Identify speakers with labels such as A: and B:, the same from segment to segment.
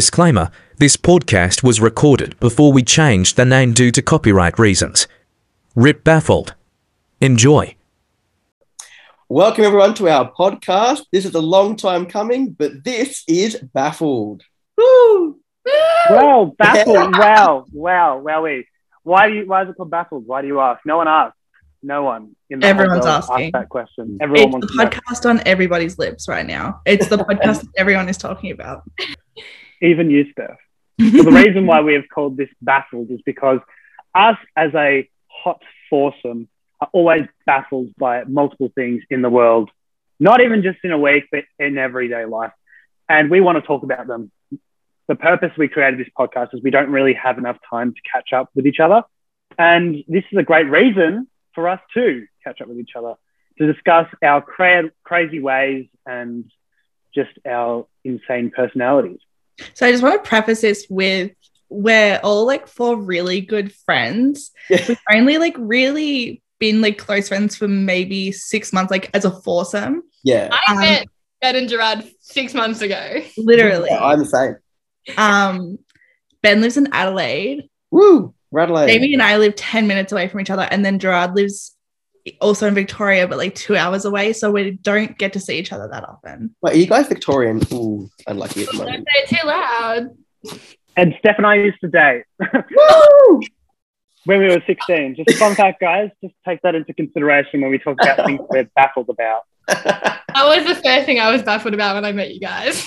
A: Disclaimer This podcast was recorded before we changed the name due to copyright reasons. Rip Baffled. Enjoy.
B: Welcome everyone to our podcast. This is a long time coming, but this is Baffled. Woo!
C: Wow, baffled. wow, wow, wowee. Why do you? Why is it called baffled? Why do you ask? No one asked. No one. In the whole
D: Everyone's
C: world asked
D: asking.
C: that question. Everyone wants
D: it's
C: to
D: the
C: know.
D: podcast on everybody's lips right now. It's the podcast that everyone is talking about.
C: Even you, Steph. Well, the reason why we have called this baffled is because us as a hot foursome are always baffled by multiple things in the world, not even just in a week, but in everyday life. And we want to talk about them. The purpose we created this podcast is we don't really have enough time to catch up with each other. And this is a great reason for us to catch up with each other, to discuss our cra- crazy ways and just our insane personalities.
D: so I just want to preface this with we're all like four really good friends.
B: Yeah.
D: We've only like really been like close friends for maybe six months, like as a foursome.
B: Yeah,
E: I
D: Um,
E: met Ben and Gerard six months ago.
D: Literally.
B: Yeah, I'm the same.
D: Um Ben lives in Adelaide.
B: Woo! Radley.
D: Jamie and I live 10 minutes away from each other. And then Gerard lives also in Victoria, but like two hours away. So we don't get to see each other that often.
B: Wait, are you guys Victorian? Ooh, unlucky at the
E: Don't
B: moment.
E: say it too loud.
C: And Steph and I used to date
B: Woo!
C: when we were 16. Just a fun fact, guys. Just take that into consideration when we talk about things we're baffled about.
E: That was the first thing I was baffled about when I met you guys.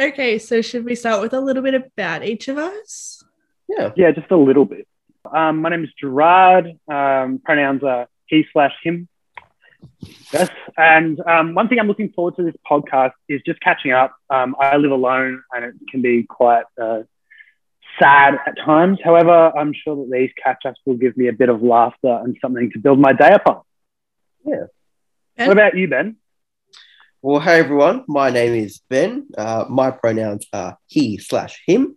D: okay, so should we start with a little bit about each of us?
B: yeah.
C: Yeah, just a little bit. Um, my name is Gerard. Um, pronouns are he slash him. Yes. And um, one thing I'm looking forward to this podcast is just catching up. Um, I live alone and it can be quite uh, sad at times. However, I'm sure that these catch ups will give me a bit of laughter and something to build my day upon.
B: Yeah.
C: What about you, Ben?
B: Well, hey everyone. My name is Ben. Uh, my pronouns are he slash him.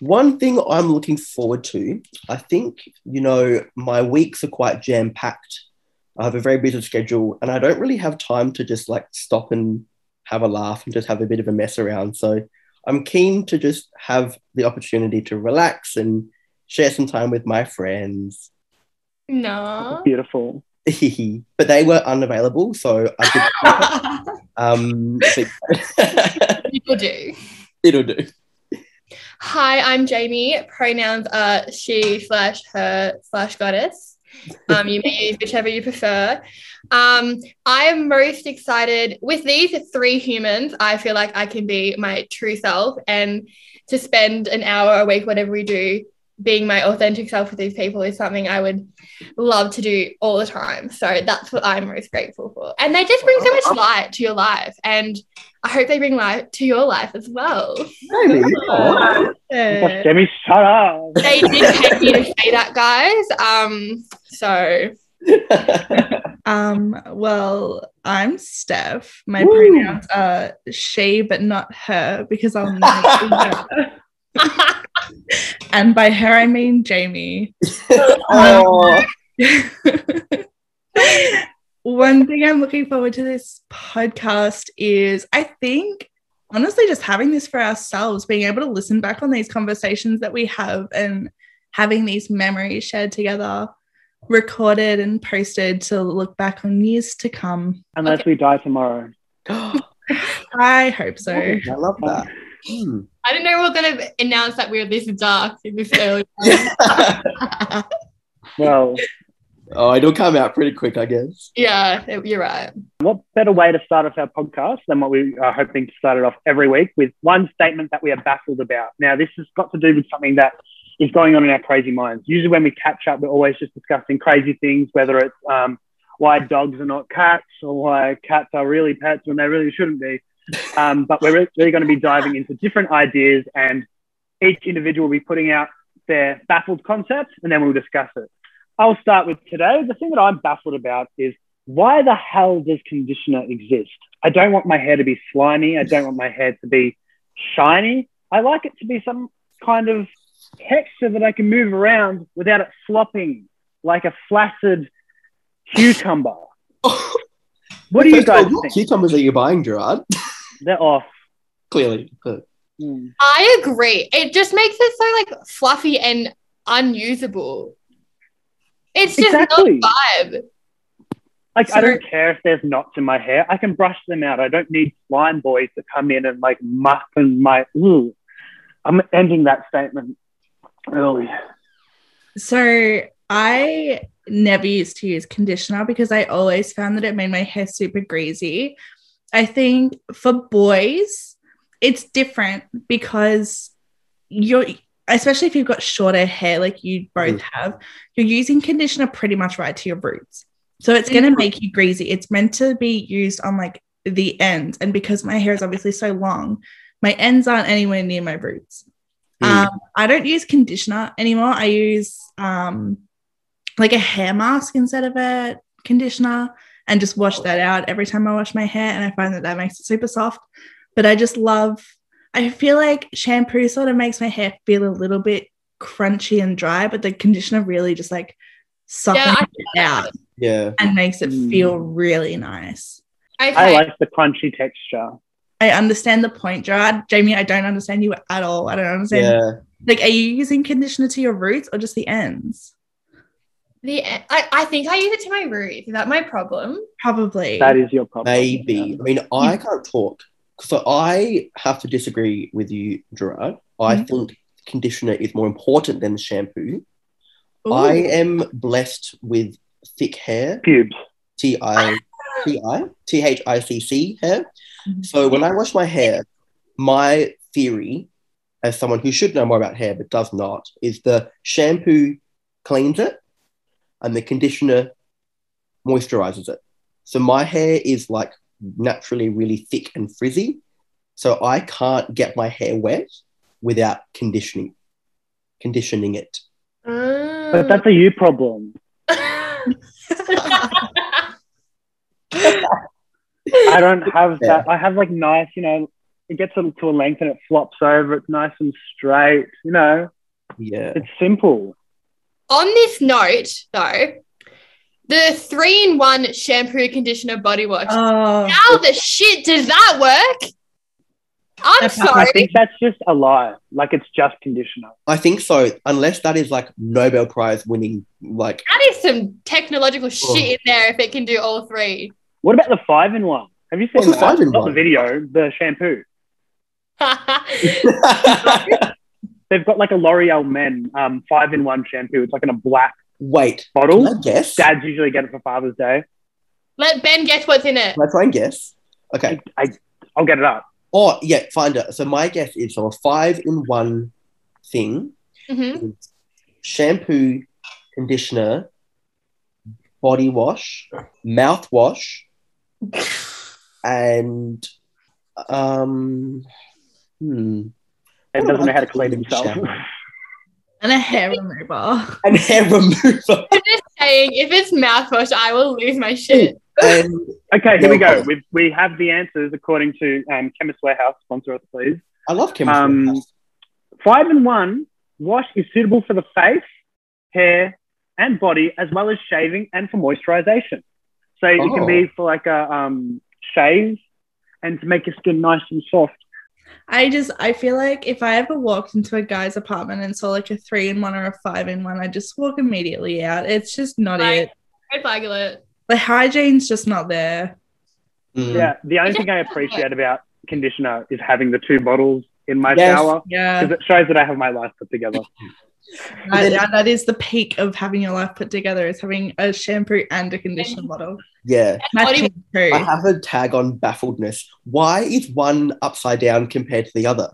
B: One thing I'm looking forward to, I think, you know, my weeks are quite jam packed. I have a very busy schedule and I don't really have time to just like stop and have a laugh and just have a bit of a mess around. So I'm keen to just have the opportunity to relax and share some time with my friends.
E: No.
C: Beautiful.
B: but they were unavailable. So I did. um, but-
E: People do.
B: it'll do.
E: Hi, I'm Jamie. Pronouns are she slash her slash goddess. Um, you may use whichever you prefer. Um, I am most excited with these three humans. I feel like I can be my true self and to spend an hour a week, whatever we do, being my authentic self with these people is something I would love to do all the time. So that's what I'm most grateful for. And they just bring so much light to your life. And I hope they bring light to your life as well.
B: Maybe.
C: Gosh,
D: Uh,
C: Demi, shut up.
E: they did pay me to say that, guys. Um, so
D: um, well, I'm Steph. My
B: Woo.
D: pronouns are she, but not her, because I'll never be her. And by her, I mean Jamie.
B: oh,
D: One thing I'm looking forward to this podcast is I think honestly just having this for ourselves, being able to listen back on these conversations that we have and having these memories shared together, recorded and posted to look back on years to come.
C: Unless we die tomorrow.
D: I hope so.
B: I love that. Hmm.
E: I didn't know we were gonna announce that we were this dark in this early.
C: Well,
B: oh, it'll come out pretty quick, I guess.
E: yeah, it- you're right.
C: what better way to start off our podcast than what we are hoping to start it off every week with one statement that we are baffled about? Now, this has got to do with something that is going on in our crazy minds. Usually, when we catch up, we're always just discussing crazy things, whether it's um, why dogs are not cats or why cats are really pets when they really shouldn't be. Um, but we're really, really going to be diving into different ideas, and each individual will be putting out their baffled concept, and then we'll discuss it. I'll start with today. The thing that I'm baffled about is why the hell does conditioner exist? I don't want my hair to be slimy. I don't want my hair to be shiny. I like it to be some kind of texture that I can move around without it flopping like a flaccid cucumber. What do you
B: First of all,
C: guys
B: What
C: think?
B: cucumbers are you buying, Gerard?
C: They're off.
B: Clearly. But
C: Mm.
E: I agree. It just makes it so like fluffy and unusable. It's just
C: Exactly.
E: not vibe.
C: Like
D: So-
C: I don't care if there's knots in my hair. I can brush them out. I don't need slime boys to come in and like muck and my. Ooh. I'm ending that statement early.
D: So I never used to use conditioner because I always found that it made my hair super greasy. I think for boys, it's different because you're, especially if you've got shorter hair like you both have, you're using conditioner pretty much right to your roots. So it's going to make you greasy. It's meant to be used on like the ends. And because my hair is obviously so long, my ends aren't anywhere near my roots.
B: Mm.
D: Um, I don't use conditioner anymore. I use um, like a hair mask instead of a conditioner and just
C: Oh.
D: wash that out every time I wash my hair. And I find that that makes it super soft. But I just love, I feel like shampoo sort of makes my hair feel a little bit crunchy and dry, but the conditioner really just like softens
E: Yeah, I-
D: it out
B: yeah.
D: and makes it
C: Mm.
D: feel really nice.
E: Okay.
C: I like the crunchy texture.
D: I understand the point, Gerard. Jamie, I don't understand you at all. I don't understand.
B: Yeah.
D: Like, are you using conditioner to your roots or just the ends?
E: the e, I, I think I use it to my root. Is that my problem?
D: Probably.
C: That is your problem.
B: Maybe. I mean, I can't talk. So I have to disagree with you, Gerard. I
D: Mhm.
B: think conditioner is more important than shampoo.
D: Ooh.
B: I am blessed with thick hair,
C: Pubes.
B: T I T I T H I C C hair.
D: Mhm.
B: So when I wash my hair, my theory, as someone who should know more about hair but does not, is the shampoo cleans it and the conditioner moisturizes it. So my hair is like naturally really thick and frizzy. So I can't get my hair wet without conditioning conditioning it.
C: But that's a you problem.
E: Um.
C: I don't have
B: Yeah.
C: that. I have like nice, you know, it gets a, to a length and it flops over. It's nice and straight. You know,
B: Yeah.
C: it's simple.
E: On this note, though, the three in one shampoo, conditioner, body wash.
D: Oh,
E: How the shit does that work? I'm
D: That's not
E: sorry.
C: I think that's just a lie. Like it's just conditioner.
B: I think so, unless that is like Nobel Prize winning like
E: That is some
D: Oh.
E: technological shit in there if it can do all three.
C: What about the five in one? Have you seen
B: What's the
C: that?
B: five in
C: Not
B: one?
C: the video, the shampoo. They've got like a L'Oreal Men um, five in one shampoo. It's like in a black
B: Wait,
C: bottle.
B: can I guess? Can
C: Dads usually get it for Father's Day.
E: Let Ben guess what's in it.
B: I try and guess? Okay.
C: I, I, I'll get it up.
B: Or yeah, find it. So my guess is so a five in one thing
E: hmm
B: is shampoo, conditioner, body wash, mouthwash, and um hmm,
C: It
B: What
C: doesn't know how to
B: about
C: clean
B: the
C: himself.
B: shampoo?
D: and a hair remover.
B: and hair remover.
E: I'm just saying, if it's mouthwash, I will lose my shit.
B: and
C: Okay, here we
B: No.
C: go. We've, we have the answers according to um, Chemist Warehouse. Sponsor us, please.
B: I love chemistry.
C: Um, Five and one wash is suitable for the face, hair, and body, as well as shaving and for moisturization. So it
B: Oh.
C: can be for like a um, shave and to make your skin nice and soft.
D: I just, I feel like if I ever walked into a guy's apartment and saw like a three in one or a five in one, I just walk immediately out. It's just not
E: Right.
D: it.
E: Go flag it.
D: The hygiene's just not there.
B: Mm.
C: Yeah, the only thing I appreciate about conditioner is having the two bottles in my
B: Yes.
C: shower
D: Yeah,
C: because it shows that I have my life put together.
D: that- that- that is the peak of having your life put together is having a shampoo and a conditioner bottle.
B: yeah.
E: Body-
D: Matching two.
B: I have a tag on baffledness. Why is one upside down compared to the other?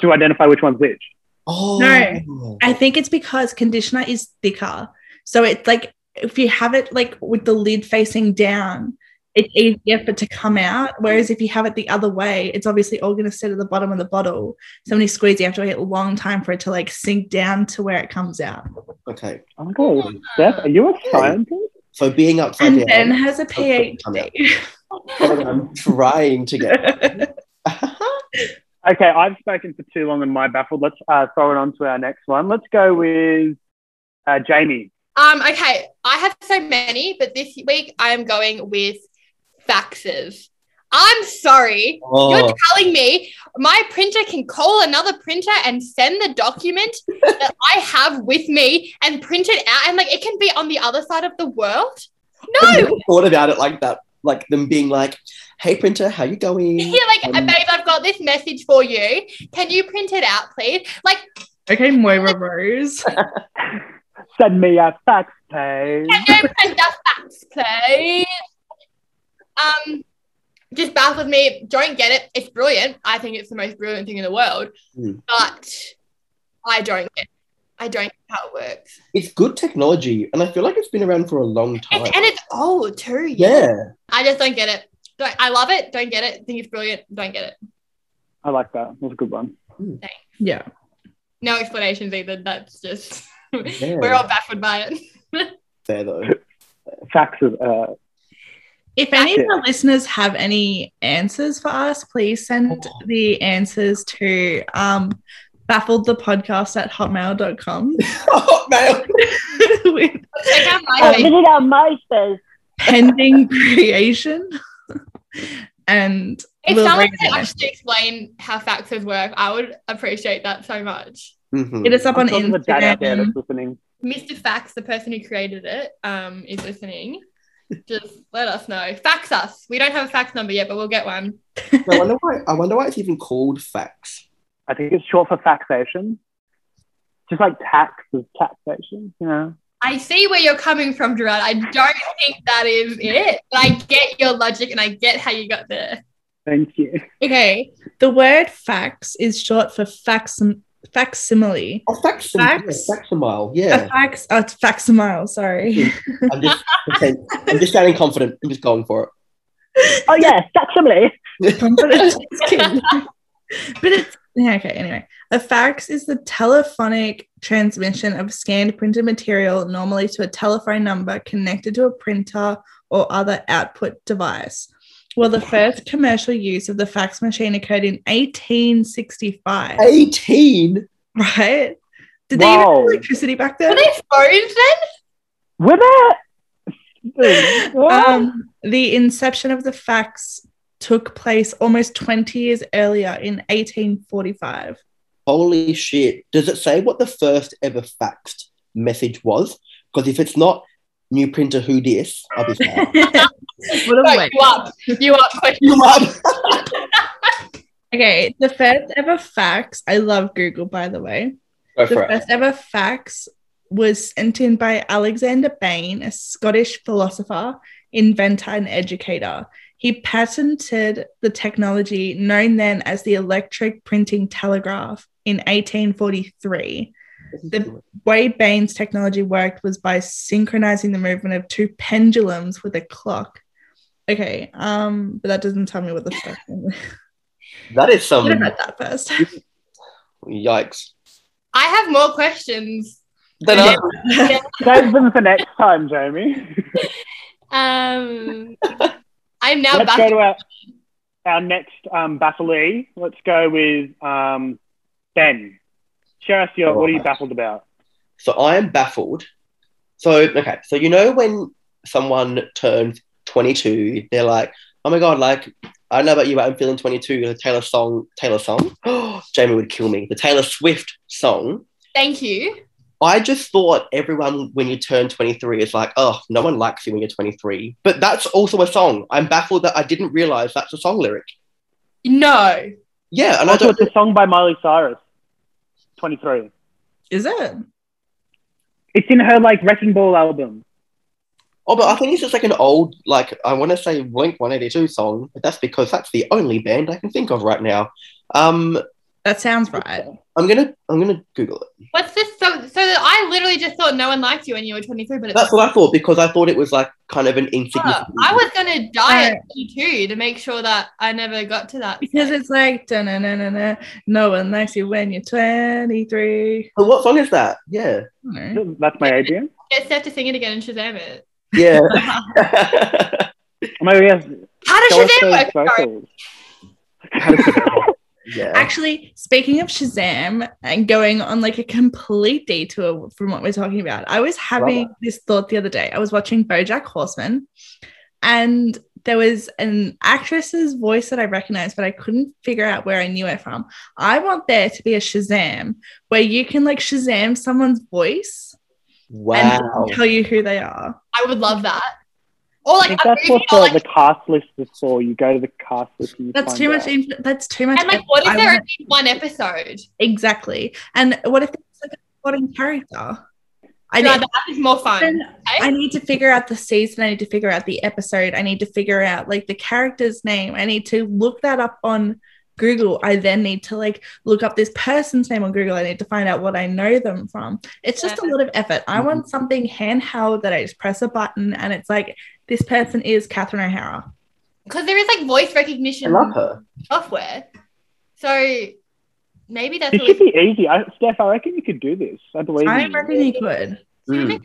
C: to identify which one's which.
B: Oh,
D: No. I think it's because conditioner is thicker. So it's like if you have it like with the lid facing down, it's easier for it to come out. Whereas if you have it the other way, it's obviously all going to sit at the bottom of the bottle. So when you squeeze, you have to wait a long time for it to like sink down to where it comes out.
B: okay.
C: Oh my god, Steph, are you a scientist?
B: So being upside
D: And
B: down.
D: Ben has a
B: Okay, come out.
D: PhD.
B: I'm trying to get.
C: Okay, I've spoken for too long and my baffled. Let's uh, throw it on to our next one. Let's go with uh, Jamie.
E: Um, okay, I have so many, but this week I am going with faxes. I'm sorry.
B: Oh,
E: You're telling me my printer can call another printer and send the document that I have with me and print it out, and like it can be on the other side of the world?
B: I've
E: No.
B: never thought about it like that. Like them being like, "Hey, printer, how you going?"
E: Yeah, like
B: Um,
E: babe, I've got this message for you. Can you print it out, please? Like,
D: Okay, Moira Rose.
C: Send me a fax, please.
E: can you print the fax, please? Um, just baffles me. Don't get it. It's brilliant. I think it's the most brilliant thing in the world,
B: Hmm.
E: but I don't get. I don't get how it works,
B: It's good technology, and I feel like it's been around for a long time.
E: it's, and it's old too.
B: yeah,
E: I just don't get it. Don't, I love it. Don't get it. Think it's brilliant. Don't get it.
C: I like that. That's a good one.
D: Yeah.
E: No explanations either. That's just
B: Yeah.
E: we're all baffled by it.
B: fair though.
C: Fax is uh,
D: If any of
C: That's
D: our listeners have any answers for us, please send the answers to um, baffledthepodcast at hotmail.com Oh,
B: Hotmail.
D: with
E: Check out my
D: Um,
F: I'm
E: face.
F: living on MySpace.
D: pending creation. and
E: If
D: we'll
E: someone
D: read
E: could
D: it.
E: actually explain how faxes work, I would appreciate that so much.
B: Mhm.
D: hit us up on
C: I'm sure there's a dad out there
D: Instagram.
C: that's listening.
E: Mr. Fax, the person who created it, um, is listening. Just let us know. Fax us. We don't have a fax number yet, but we'll get one.
B: I wonder why. I wonder why it's even called fax.
C: I think it's short for faxation. Just like tax is taxation, you know.
E: I see where you're coming from, Gerard. I don't think that is it, but I get your logic and I get how you got there.
C: Thank you.
E: Okay.
D: The word fax is short for faxim- facsimile.
B: Oh, fax.
D: Fax?
B: Yeah, faximile.
D: A
B: Yeah.
D: fax, uh, facsimile, sorry.
B: I'm just. I'm just sounding confident. I'm just going for it.
F: Oh yeah, facsimile.
D: Confidence is king. but it's yeah, okay, anyway. A fax is the telephonic transmission of scanned printed material, normally to a telephone number connected to a printer or other output device. Well, the first commercial use of the fax machine occurred in 1865,
B: Eighteen.
D: right? Did they even have
C: Wow.
D: electricity back
E: Were
D: then?
E: they phones then?
C: With it.
D: um, the inception of the fax took place almost 20 years earlier in 1845.
B: Holy shit! Does it say what the first ever faxed message was? Because if it's not new printer, who dis? I'll be sad.
E: No, you up. You up.
B: you up.
D: Okay, the first ever fax, I love Google by the way.
B: Go
D: The
B: for it.
D: first ever fax was sent in by Alexander Bain, a Scottish philosopher, inventor, and educator. He patented the technology known then as the electric printing telegraph in 1843. the- way Bain's technology worked was by synchronizing the movement of two pendulums with a clock. Okay, um, but that doesn't tell me what the fuck.
B: That is some
D: What about that first?
B: yikes.
E: I have more questions.
B: Then
E: Yeah.
B: I-
C: Save them for next time, Jamie.
E: Um, I'm now
C: Let's
E: back.
C: go to our, our next um, bafflee. Let's go with um, Ben. Share us your, what are you baffled about?
B: So I am baffled. So okay, so you know when someone turns 22, they're like, "Oh my god!" Like I don't know about you, but I'm feeling 22. The Taylor song, Taylor song. Jamie would kill me. The Taylor Swift song.
E: Thank you.
B: I just thought everyone when you turn 23 is like, "Oh, no one likes you when you're 23." But that's also a song. I'm baffled that I didn't realize that's a song lyric.
E: No.
B: Yeah, and I
C: Also,
B: don't.
C: it's a song by Miley Cyrus, 23.
D: Is it?
C: It's in her like Wrecking Ball album.
B: Oh, but I think it's just like an old, like I want to say Blink 182 song, but that's because that's the only band I can think of right now. Um,
D: That sounds right.
B: I'm gonna I'm gonna Google it.
E: What's this? So, so that I literally just thought no one liked you when you were 23, but it's.
B: That's what I thought because I thought it was like kind of an
E: Oh,
B: insignificant.
E: I was gonna die at 22 to make sure that I never got to that.
D: Because it's like da na na na na. No one likes you when you're 23.
B: But what song is that? Yeah,
D: I don't know.
C: That's my idea.
E: Get Steph to sing it again and Shazam it.
B: yeah.
C: Or Maybe yes.
E: How does
C: Show us
E: Shazam
C: those
E: work? Sorry.
C: vocals.
B: yeah.
D: Actually, speaking of Shazam and going on like a complete detour from what we're talking about, I was having this thought the other day. I was watching Bojack Horseman and there was an actress's voice that I recognized, but I couldn't figure out where I knew it from. I want there to be a Shazam where you can like Shazam someone's voice
B: Wow.
D: and tell you who they are.
E: I would love that. Or
C: I
E: like
C: think
E: a
C: that's
E: movie,
C: what
E: or,
C: the,
E: like,
C: the cast list is for. You go to the cast list. And you
D: That's
C: find
D: too much.
C: out.
D: Inf- that's too much.
E: and like
D: effort.
E: what if
D: I
E: there
D: want-
E: only one episode?
D: exactly? And what if it's like a supporting character? I
E: no,
D: need,
E: that Eh? is more fun.
D: I need to figure out the season. I need to figure out the episode. I need to figure out like the character's name. I need to look that up on Google. I then need to like look up this person's name on Google. I need to find out what I know them from. It's just a lot of effort. I want something handheld that I just press a button and it's like this person is Catherine O'Hara.
E: Because there is like voice
B: I
E: recognition
B: love her.
E: software. So maybe that's
C: This
E: what
C: should
E: we
C: be easy. I, Steph, I reckon you could do this. I believe
D: I
C: in you.
D: reckon you could.
B: Mm.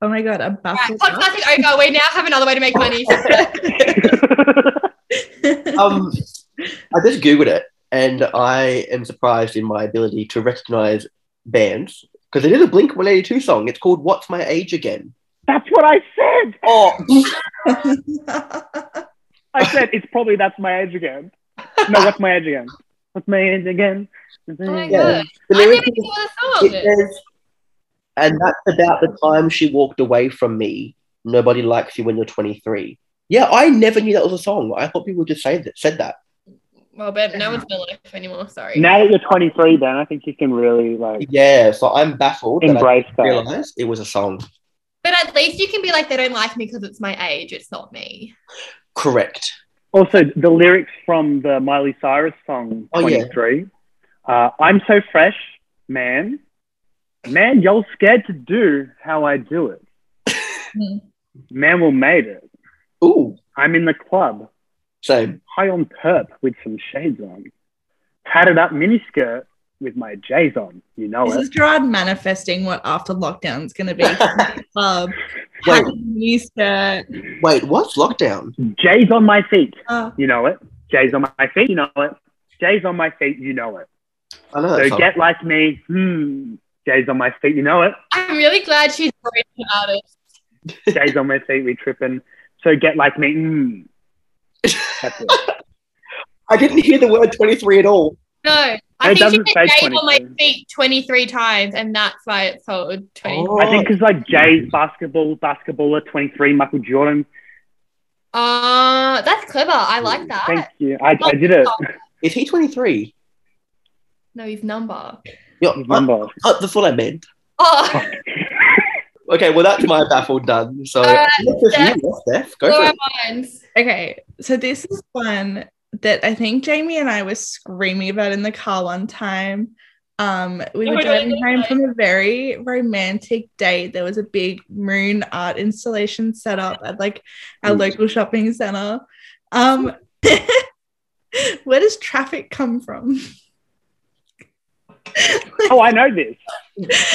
D: Oh my god, a
E: right,
D: baffled.
E: podcasting over. We now have another way to make money. Oh
B: Um, I just Googled it and I am surprised in my ability to recognize bands because it is a Blink 182 song. It's called What's My Age Again?
C: That's what I said.
B: Oh,
C: I said it's probably that's my age again. No, what's my age again? What's my age again?
E: oh my
B: Yeah.
E: god.
B: the
E: I never
B: lyric
E: knew
B: is
E: what the song
B: It says, and that's about the time she walked away from me. Nobody likes you when you're 23. Yeah, I never knew that was a song. I thought people just say that, said that.
E: Well, Ben, no one's gonna like you anymore. Sorry.
C: Now that you're 23, Ben, I think you can really like
B: Yeah, so I'm baffled that I
C: embrace that.
B: realized it was a song.
E: But at least you can be like, they don't like me because it's my age. It's not me.
B: Correct.
C: Also, the lyrics from the Miley Cyrus song
B: Oh, yeah.
C: 23. Uh, I'm so fresh, man. Man, y'all scared to do how I do it.
D: Hmm.
C: man will made it.
B: Ooh,
C: I'm in the club,
B: same.
C: high on perp with some shades on. Tatted up miniskirt with my J's on. You know
D: This
C: it.
D: is Gerard manifesting what after lockdown is going to be. Club,
B: Wait.
D: happy new skirt.
B: Wait, what's lockdown?
C: J's on my feet.
E: Uh.
D: Oh,
C: You know it. J's on my feet. You know it. J's on my feet. You know it.
B: I know that
C: So
B: song.
C: get like me. Hmm. J's on my feet. You know it.
E: I'm really glad she's already an artist.
C: J's on my feet. We tripping. So get like me. Hmm. That's it.
B: I didn't hear the word 23 at all.
E: No,
C: It
E: I think she
C: doesn't
E: said
C: say
E: Jade on my
C: 23.
E: feet 23 times, and that's why it's called 23.
B: Oh.
C: I think because like J's basketball, basketballer, 23, Michael Jordan.
B: Oh.
E: Uh, that's clever. I like that.
C: Thank you. I, I did it.
B: Is he 23?
E: No, his number.
B: Yeah, uh,
C: Remember.
B: uh, that's what I meant.
E: Oh,
B: Okay, well, that's my baffled done. So,
E: Alright,
B: Let's just
E: Uh, Steph.
B: you, Steph. Go
E: blow
B: for
E: our
B: it.
E: minds.
D: okay, so this is one that I think Jamie and I were screaming about in the car one time. Um, we
E: Oh
D: were
E: my God,
D: driving
E: I
D: home
E: know.
D: from a very romantic date. There was a big moon art installation set up at like our
B: Ooh.
D: local shopping center. Um, where does traffic come from?
C: Oh, I know this.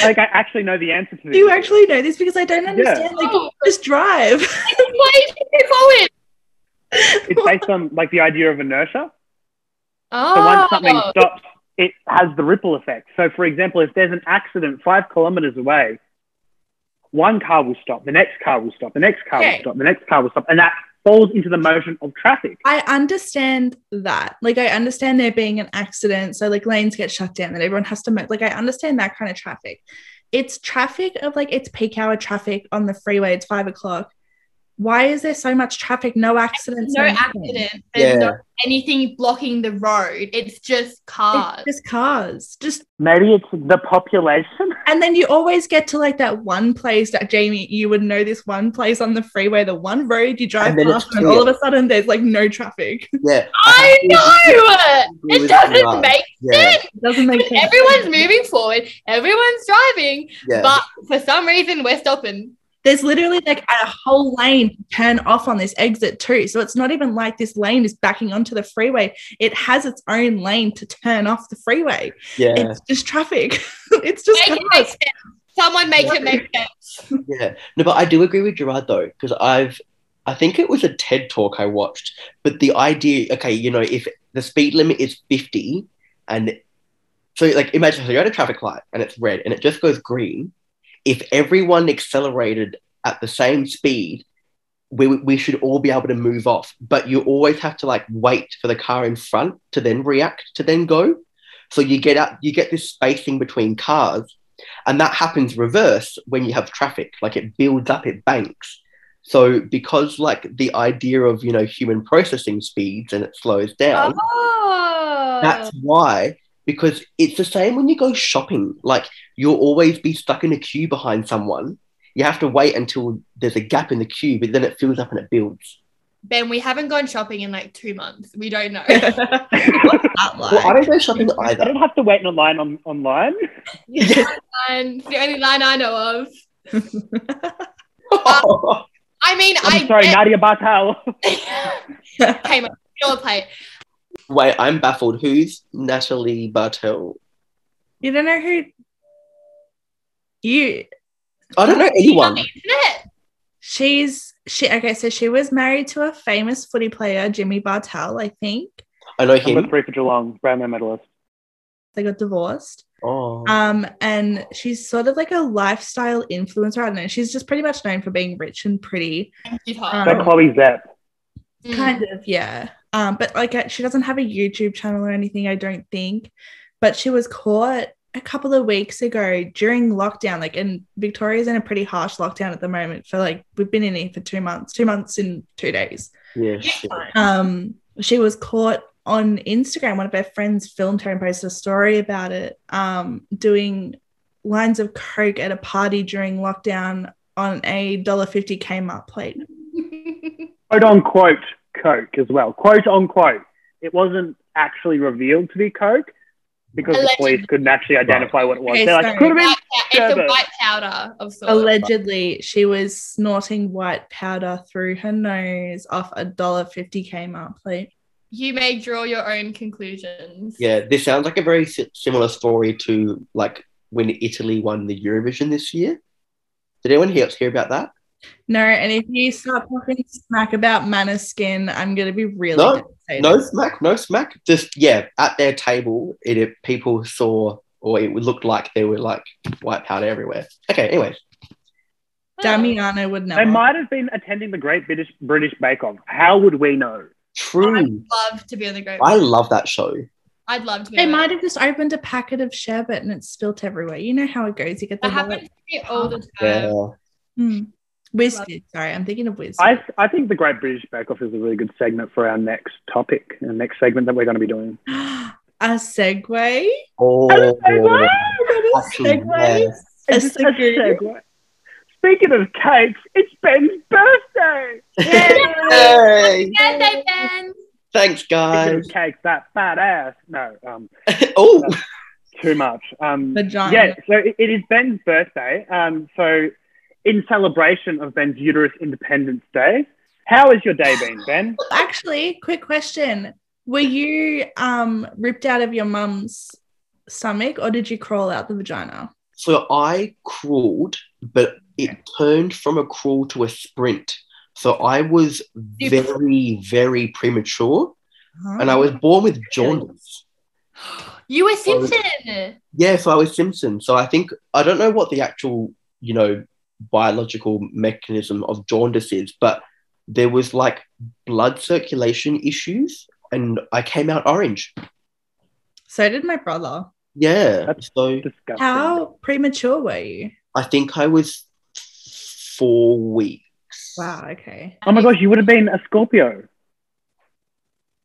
C: Like I actually know the answer to this.
D: Do you actually know this? Because I don't understand. Like,
E: Oh,
D: just drive.
E: wait, it's always.
C: It's based on like the idea of inertia. So
E: Oh,
C: once something stops, it has the ripple effect. So, for example, if there's an accident five kilometers away, one car will stop, the next car will stop, the next car
D: Okay.
C: will stop, the next car will stop, and that falls into the motion of traffic.
D: I understand that. Like, I understand there being an accident. So, like, lanes get shut down and everyone has to move. Like, I understand that kind of traffic. It's traffic of like, it's peak hour traffic on the freeway. It's five o'clock. Why is there so much traffic? No accidents.
E: no
D: nothing.
E: accident.
B: Yeah.
E: There's not anything blocking the road. It's just cars.
D: It's just cars. Just,
C: Maybe it's the population.
D: and then you always get to like that one place that Jamie, you would know this one place on the freeway, the one road you drive
B: And then it's
D: past, and all of
B: clear.
D: a sudden there's like no traffic.
B: Yeah.
E: I
B: I
E: know.
B: agree
E: It
B: with
E: doesn't
B: Gerard.
E: make
B: Yeah,
E: sense.
D: It doesn't make sense.
E: Everyone's moving forward. Everyone's driving.
B: yeah.
E: But for some reason, we're stopping.
D: there's literally like a whole lane to turn off on this exit too. So it's not even like this lane is backing onto the freeway. It has its own lane to turn off the freeway.
B: yeah.
D: It's just traffic. it's just
E: Make it make
D: cars.
E: sense. Someone make it make sense.
B: Yeah. No, but I do agree with Gerard though, because I've I think it was a TED talk I watched, but the idea, okay, you know, if the speed limit is 50 and so like imagine so you're at a traffic light and it's red and it just goes green. If everyone accelerated at the same speed, we, we should all be able to move off, but you always have to like wait for the car in front to then react to then go. So you get out, you get this spacing between cars, and that happens reverse when you have traffic. Like it builds up, it banks. So because like the idea of you know human processing speeds and it slows down,
E: Oh.
B: that's why. Because it's the same when you go shopping. Like you'll always be stuck in a queue behind someone. You have to wait until there's a gap in the queue, but then it fills up and it builds.
E: ben, we haven't gone shopping in like two months. We don't know.
D: What's that like?
B: Well, I don't go shopping
C: I
B: either.
C: don't have to wait online on online.
E: and it's the only line I know of. I mean,
C: I'm
E: I
C: sorry,
E: get-
C: Nadia Bartel.
E: okay, mate, your plate.
B: Wait, I'm baffled. Who's Natalie Bartel?
D: you don't know who you
B: I don't know anyone.
E: Internet.
D: she's she okay, so she was married to a famous footy player, Jimmy Bartel, I think.
B: I know
C: Number
B: him.
C: three for Geelong, Brownlow medalist.
D: They got divorced.
B: Oh,
D: Um, and she's sort of like a lifestyle influencer. I don't know. She's just pretty much known for being rich and pretty.
E: She's
D: Um,
E: hot.
C: Like Chloe Zepp.
E: Mm.
D: Kind of, yeah. Um, but like uh, she doesn't have a YouTube channel or anything, I don't think. But she was caught a couple of weeks ago during lockdown. Like, and Victoria's in a pretty harsh lockdown at the moment for like, we've been in here for two months, two months in two days.
B: yeah.
D: um, she was caught on Instagram. One of her friends filmed her and posted a story about it, um, doing lines of coke at a party during lockdown on a dollar fifty Kmart plate.
C: Quote unquote Coke as well. Quote unquote. It wasn't actually revealed to be Coke because the
E: Allegedly.
C: police couldn't actually identify what it was.
D: Okay,
C: They're like,
D: sorry.
C: could have been
E: White pow- it's a
C: Sherbet.
E: white powder of sorts.
D: Allegedly, she was snorting white powder through her nose off a dollar fifty Kmart plate.
E: you may draw your own conclusions.
B: Yeah, this sounds like a very si- similar story to like when Italy won the Eurovision this year. Did anyone hear, hear about that?
D: No, and if you start talking smack about Maniskin, I'm gonna be really
B: No,
D: devastated.
B: No smack, no smack. Just yeah, at their table, it, it people saw or it looked like there were like white powder everywhere. Okay, anyways,
D: Damiano would know.
C: They might have been attending the Great British British Bake Off. How would we know?
B: true.
E: Love to be on the great.
B: I love that show.
E: I'd love to be.
D: They
E: on it.
D: might have just opened a packet of sherbet and it's spilt everywhere. You know how it goes. You get the
E: That happens to me all the time.
B: Yeah.
D: Hmm. Whiskey. Sorry, I'm thinking of whiskey.
C: I, I think the Great British Bake Off is a really good segment for our next topic and next segment that we're going to be doing.
D: a segue.
B: Oh,
D: A
B: Actually,
D: segue.
B: yes.
D: A
C: It's a
D: segue.
C: segue. Speaking of cakes, it's Ben's birthday.
B: Yay.
E: Birthday, Ben.
B: Oh, Thanks,
C: Speaking
B: guys.
C: of cakes, that badass. No, um,
B: oh,
C: too much. Um,
D: Vagina.
C: yeah, so it, it is Ben's birthday. Um, so in celebration of Ben's uterus Independence Day, how has your day been, Ben?
D: Actually, quick question. Were you um ripped out of your mum's stomach or did you crawl out the vagina?
B: So I crawled, but it turned from a crawl to a sprint. So I was
E: You-
B: very, very premature,
D: Huh?
B: and I was born with jaundice.
E: You were Simpson.
B: Yeah, so I was Simpson. So I think I don't know what the actual, you know, biological mechanism of jaundice is, but there was like blood circulation issues, and I came out orange.
D: so did my brother.
B: Yeah.
C: That's-
B: So
C: Disgusting.
D: How premature were you?
B: I think I was four weeks.
D: Wow, okay.
C: Oh my gosh, you would have been a Scorpio.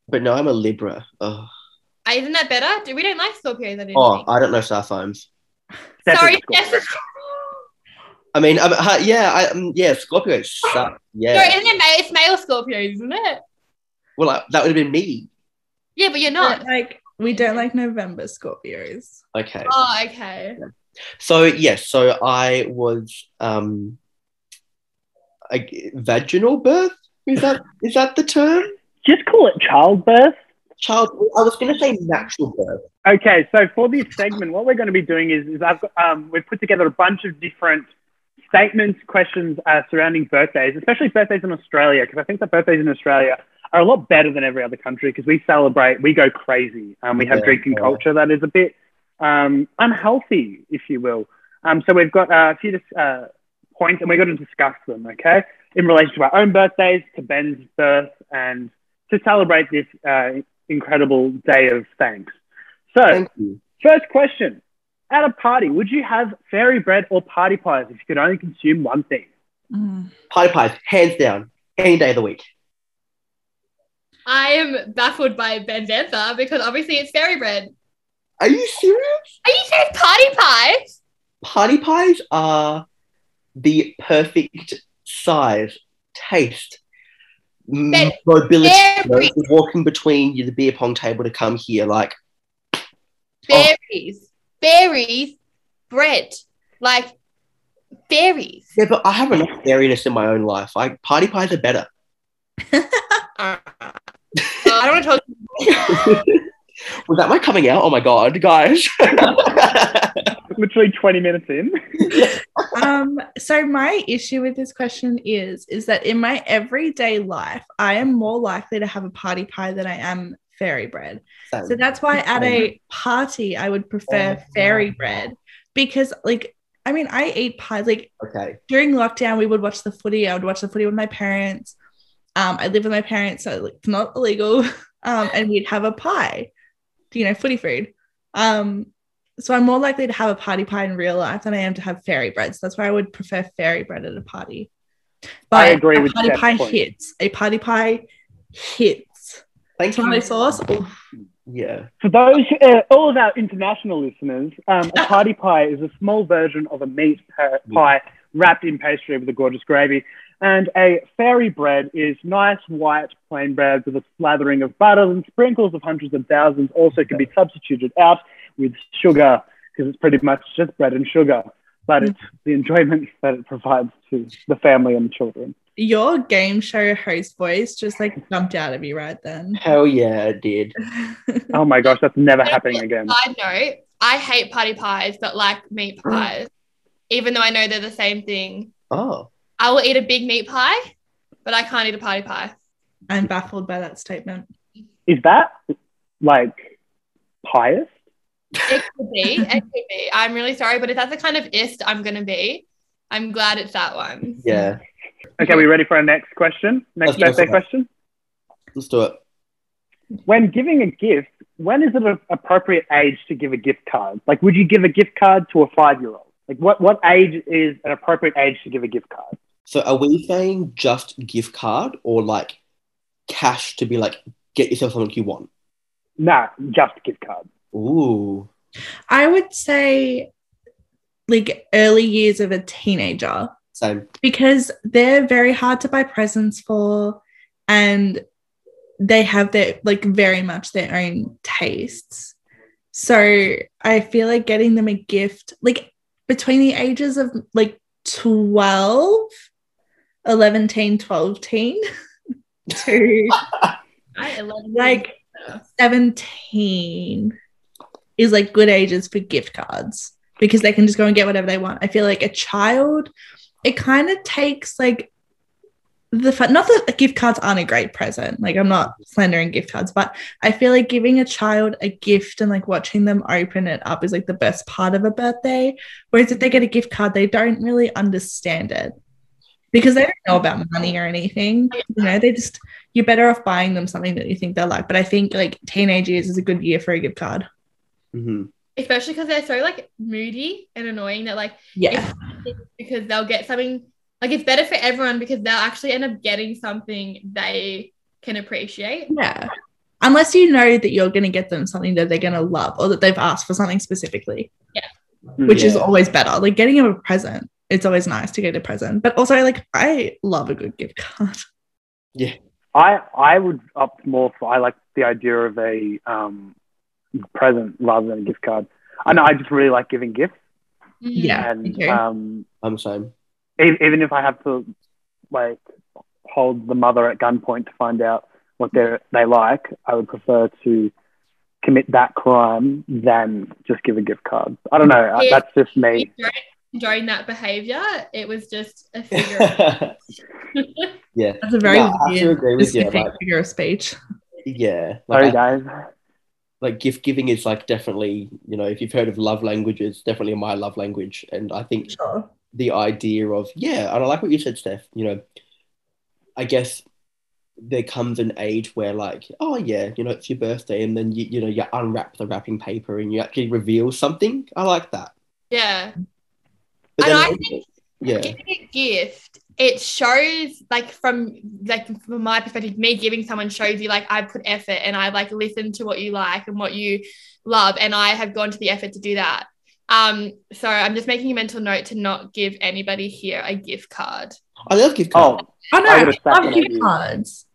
B: But no, I'm a Libra. Ugh.
E: Uh, Isn't that better? Do- We don't like Scorpios. I don't
B: Oh,
E: think.
B: I don't know South Imes.
C: Steph is
E: Sorry,
C: a Scorpio.
E: Steph is-
B: I mean, um, hi- yeah, I, um, yeah, Scorpio suck.
E: No,
B: Yeah.
E: isn't it male? It's male Scorpios, isn't it?
B: Well, I, that would have been me.
E: Yeah, but you're not.
D: like we don't like November Scorpios.
B: Okay.
E: Oh, okay.
B: So yes, so I was um, a vaginal birth. Is that is that the term?
C: Just call it childbirth.
B: Child. I was going to say natural birth.
C: Okay, so for this segment, what we're going to be doing is, is I've got, um, we've put together a bunch of different statements, questions uh, surrounding birthdays, especially birthdays in Australia, because I think the birthdays in Australia are a lot better than every other country because we celebrate, we go crazy, um, we have
B: Yeah,
C: drinking
B: yeah.
C: culture that is a bit um, unhealthy, if you will. Um, so we've got uh, a few dis- uh, points, and we're going to discuss them. Okay, in relation to our own birthdays, to Ben's birth, and to celebrate this uh, incredible day of thanks. So,
B: Thank you.
C: First question. At a party, would you have fairy bread or party pies if you could only consume one thing?
D: Mm.
B: Party pies, hands down, any day of the week.
E: I am baffled by Ben's answer because obviously it's fairy bread.
B: Are you serious?
E: Are you saying party pies?
B: Party pies are the perfect size, taste, m-
E: They're
B: mobility. you know,
E: very-
B: walking between the beer pong table to come here, like
E: Berries. Berries. Bread. Like berries.
B: yeah, but I have enough dairiness in my own life. Like party pies are better.
E: Uh, I don't want to talk
B: Was that my coming out? Oh my god, guys!
C: Literally 20 minutes in.
D: Um, so my issue with this question is is that in my everyday life, I am more likely to have a party pie than I am fairy bread.
B: So-
D: So that's why at a party, I would prefer fairy bread because, like, I mean, I eat pies. Like
B: okay,
D: during lockdown, we would watch the footy. I would watch the footy with my parents. Um, I live with my parents, so like, it's not illegal. Um, and we'd have a pie, you know, footy food. Um, so I'm more likely to have a party pie in real life than I am to have fairy bread. So that's why I would prefer fairy bread at a party.
C: I agree
D: a
C: with
D: party
C: Jeff's
D: pie
C: point.
D: hits. A party pie hits.
B: thank
D: Tomato
B: you.
D: sauce. oof.
B: Yeah,
C: For those, uh, all of our international listeners, um, a party pie is a small version of a meat pa- pie wrapped in pastry with a gorgeous gravy. And a fairy bread is nice white plain bread with a slathering of butter and sprinkles of hundreds of thousands. Also, can be substituted out with sugar because it's pretty much just bread and sugar. But it's the enjoyment that it provides to the family and the children.
D: Your game show host voice just like jumped out of you right then.
B: hell yeah, it did.
C: Oh my gosh, that's never happening again.
E: Side note, I hate party pies, but like meat pies, even though I know they're the same thing.
B: Oh,
E: I will eat a big meat pie, but I can't eat a party pie.
D: I'm baffled by that statement.
C: Is that like pious?
E: It could be. It could be. I'm really sorry, but if that's the kind of ist I'm going to be, I'm glad it's that one.
B: yeah,
C: Okay, we ready for our next question? Next
B: Let's go
C: birthday
B: for it.
C: question.
B: let's do it.
C: When giving a gift, when is it an appropriate age to give a gift card? Like, would you give a gift card to a five-year-old? Like, what, what age is an appropriate age to give a gift card?
B: So are we saying just gift card or like cash to be like get yourself something you want?
C: Nah, just gift card.
B: Ooh.
D: I would say like early years of a teenager
B: Same.
D: because they're very hard to buy presents for and they have their like very much their own tastes. So I feel like getting them a gift like between the ages of like 12, 11, teen, 12, teen to
E: I love
D: like 17 is like good ages for gift cards because they can just go and get whatever they want. I feel like a child, it kind of takes like the fun, not that gift cards aren't a great present. Like I'm not slandering gift cards, but I feel like giving a child a gift and like watching them open it up is like the best part of a birthday. Whereas if they get a gift card, they don't really understand it because they don't know about money or anything. You know, they just you're better off buying them something that you think they'll like. But I think like teenage years is a good year for a gift card.
B: hmm
E: especially because they're so like moody and annoying that like
D: Yeah.
E: because they'll get something like it's better for everyone because they'll actually end up getting something they can appreciate.
D: Yeah. Unless you know that you're going to get them something that they're going to love or that they've asked for something specifically, which is
B: Yeah.
D: always better. Like getting them a present, it's always nice to get a present. But also, like, I love a good gift card.
C: I, I would opt more for, I like the idea of a um, present rather than a gift card. I know I just really like giving gifts.
D: Yeah. me
C: and
D: too.
C: um,
B: I'm same.
C: E- even if I have to like hold the mother at gunpoint to find out what they they like, I would prefer to commit that crime than just give a gift card. I don't know. I-
E: Yeah.
C: That's just
E: You
C: me.
E: don't enjoy that behavior. It was just a figure. of-
B: yeah.
D: That's a very
B: No, I have to
D: weird,
B: agree with you,
D: specific
B: like-
D: figure of speech.
B: Yeah.
C: Sorry,
B: Like, I-
C: guys.
B: like gift giving is like definitely, you know, if you've heard of love languages, definitely my love language. And I think
D: Sure.
B: the idea of yeah, and I like what you said, Steph, you know, I guess there comes an age where like, oh yeah, you know, it's your birthday, and then you you know you unwrap the wrapping paper and you actually reveal something. I like that.
E: Yeah.
B: But
E: And
B: then
E: I
B: also-
E: think
B: yeah,
E: giving a gift, it shows like from like from my perspective, me giving someone shows you like I put effort and I like listened to what you like and what you love, and I have gone to the effort to do that. Um, so I'm just making a mental note to not give anybody here a gift card.
B: I love gift cards.
C: Oh,
D: Oh no,
C: I
D: I
C: would've sat
D: love
C: on
D: gift
C: it.
D: cards.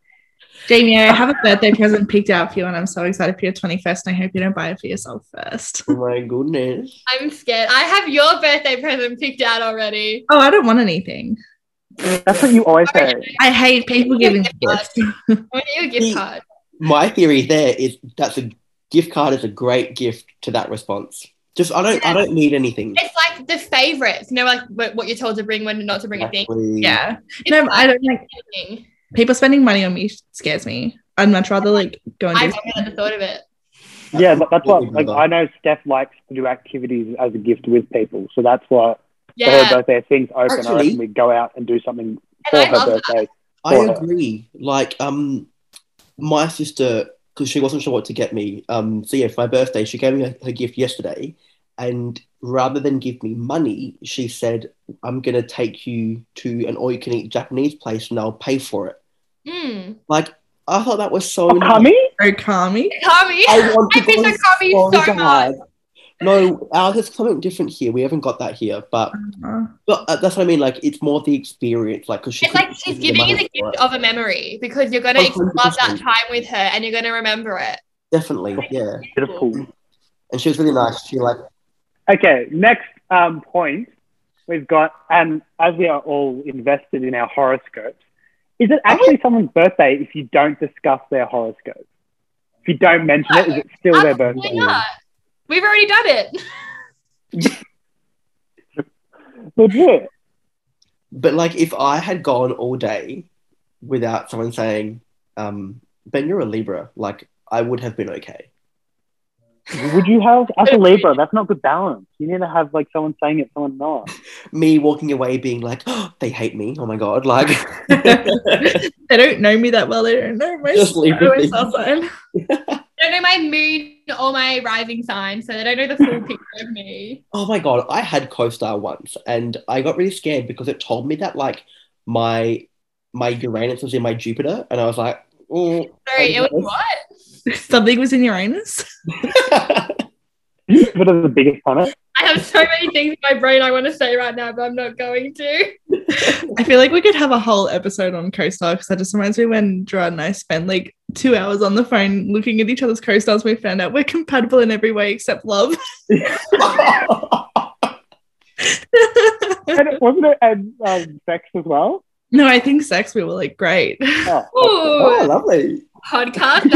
D: Jamie, I have a birthday present picked out for you, and I'm so excited for your 21st. And I hope you don't buy it for yourself first.
B: Oh my goodness.
E: I'm scared. I have your birthday present picked out already.
D: Oh, I don't want anything.
C: that's what you always say.
D: I hate people giving gifts.
E: What are your gift
B: Mm.
E: card?
B: My theory there is that's a gift card is a great gift to that response. Just I don't I don't need anything.
E: It's like the favorites, you know, like what what you're told to bring, when not to bring a thing.
B: Actually,
D: Yeah, no, I don't like
E: thing.
D: people spending money on me. Scares me. I'd much rather like go
E: I
D: and do.
E: remember the thought of it.
C: Yeah, but that's what like
B: Remember.
C: I know. Steph likes to do activities as a gift with people, so that's why for her
E: Yeah.
C: birthday if things open. I
B: Actually-
C: reckon we go out and do something for
E: And I
C: her
E: love that.
C: birthday.
B: I
C: for her.
B: agree. Like, um, my sister, because she wasn't sure what to get me, um, so yeah, for my birthday, she gave me her, her gift yesterday, and rather than give me money, she said, "I'm gonna take you to an all-you-can-eat Japanese place, and I'll pay for it."
E: Mm.
B: Like, I thought that was so.
C: Oh,
B: nice.
C: Kami?
D: Okami.
E: Tommy.
B: I want to
E: I miss
B: go
E: her coffee so much.
B: bad. No, ours is something different here. We haven't got that here, but
D: Uh,
B: but uh, that's what I mean. Like, it's more the experience. Like, because she
E: It's like
B: couldn't
E: she's
B: give me
E: giving
B: money
E: you the
B: for
E: gift
B: it.
E: of a memory because you're going to love that
B: 100%.
E: time with her and you're going to remember it.
B: definitely, yeah.
C: Beautiful.
B: And she was really nice. She like.
C: Okay, next um, point we've got, and as we are all invested in our horoscopes, is it actually someone's birthday if you don't discuss their horoscope? If you don't mention it, is it still their
E: Absolutely
C: birthday?
E: not. We've already done it.
C: Good year.
B: But like, if I had gone all day without someone saying, um, "Ben, you're a Libra," like I would have been okay.
C: Would you have, as a Libra, that's not good balance. You need to have like someone saying it, someone not.
B: Me walking away being like, oh, "They hate me." Oh my god! Like,
D: they don't know me that well. They don't know my
B: Just leave
D: I don't know my
B: it be.
D: cell sign.
E: They don't know my moon or my rising sign, so they don't know the full picture of me.
B: oh my god! I had co-star once, and I got really scared because it told me that like my my Uranus was in my Jupiter, and I was like, "Oh."
E: Sorry, it was what?
D: Something was in Uranus.
C: Jupiter is the biggest planet.
E: I have so many things in my brain I want to say right now, but I'm not going to.
D: I feel like we could have a whole episode on co-star because that just reminds me when Gerard and I spent like two hours on the phone looking at each other's co-stars. We found out we're compatible in every way except love.
C: And it- wasn't it and um, sex as well?
D: no, I think sex. We were like great.
C: Oh,
B: oh,
E: Ooh,
B: lovely.
E: podcast.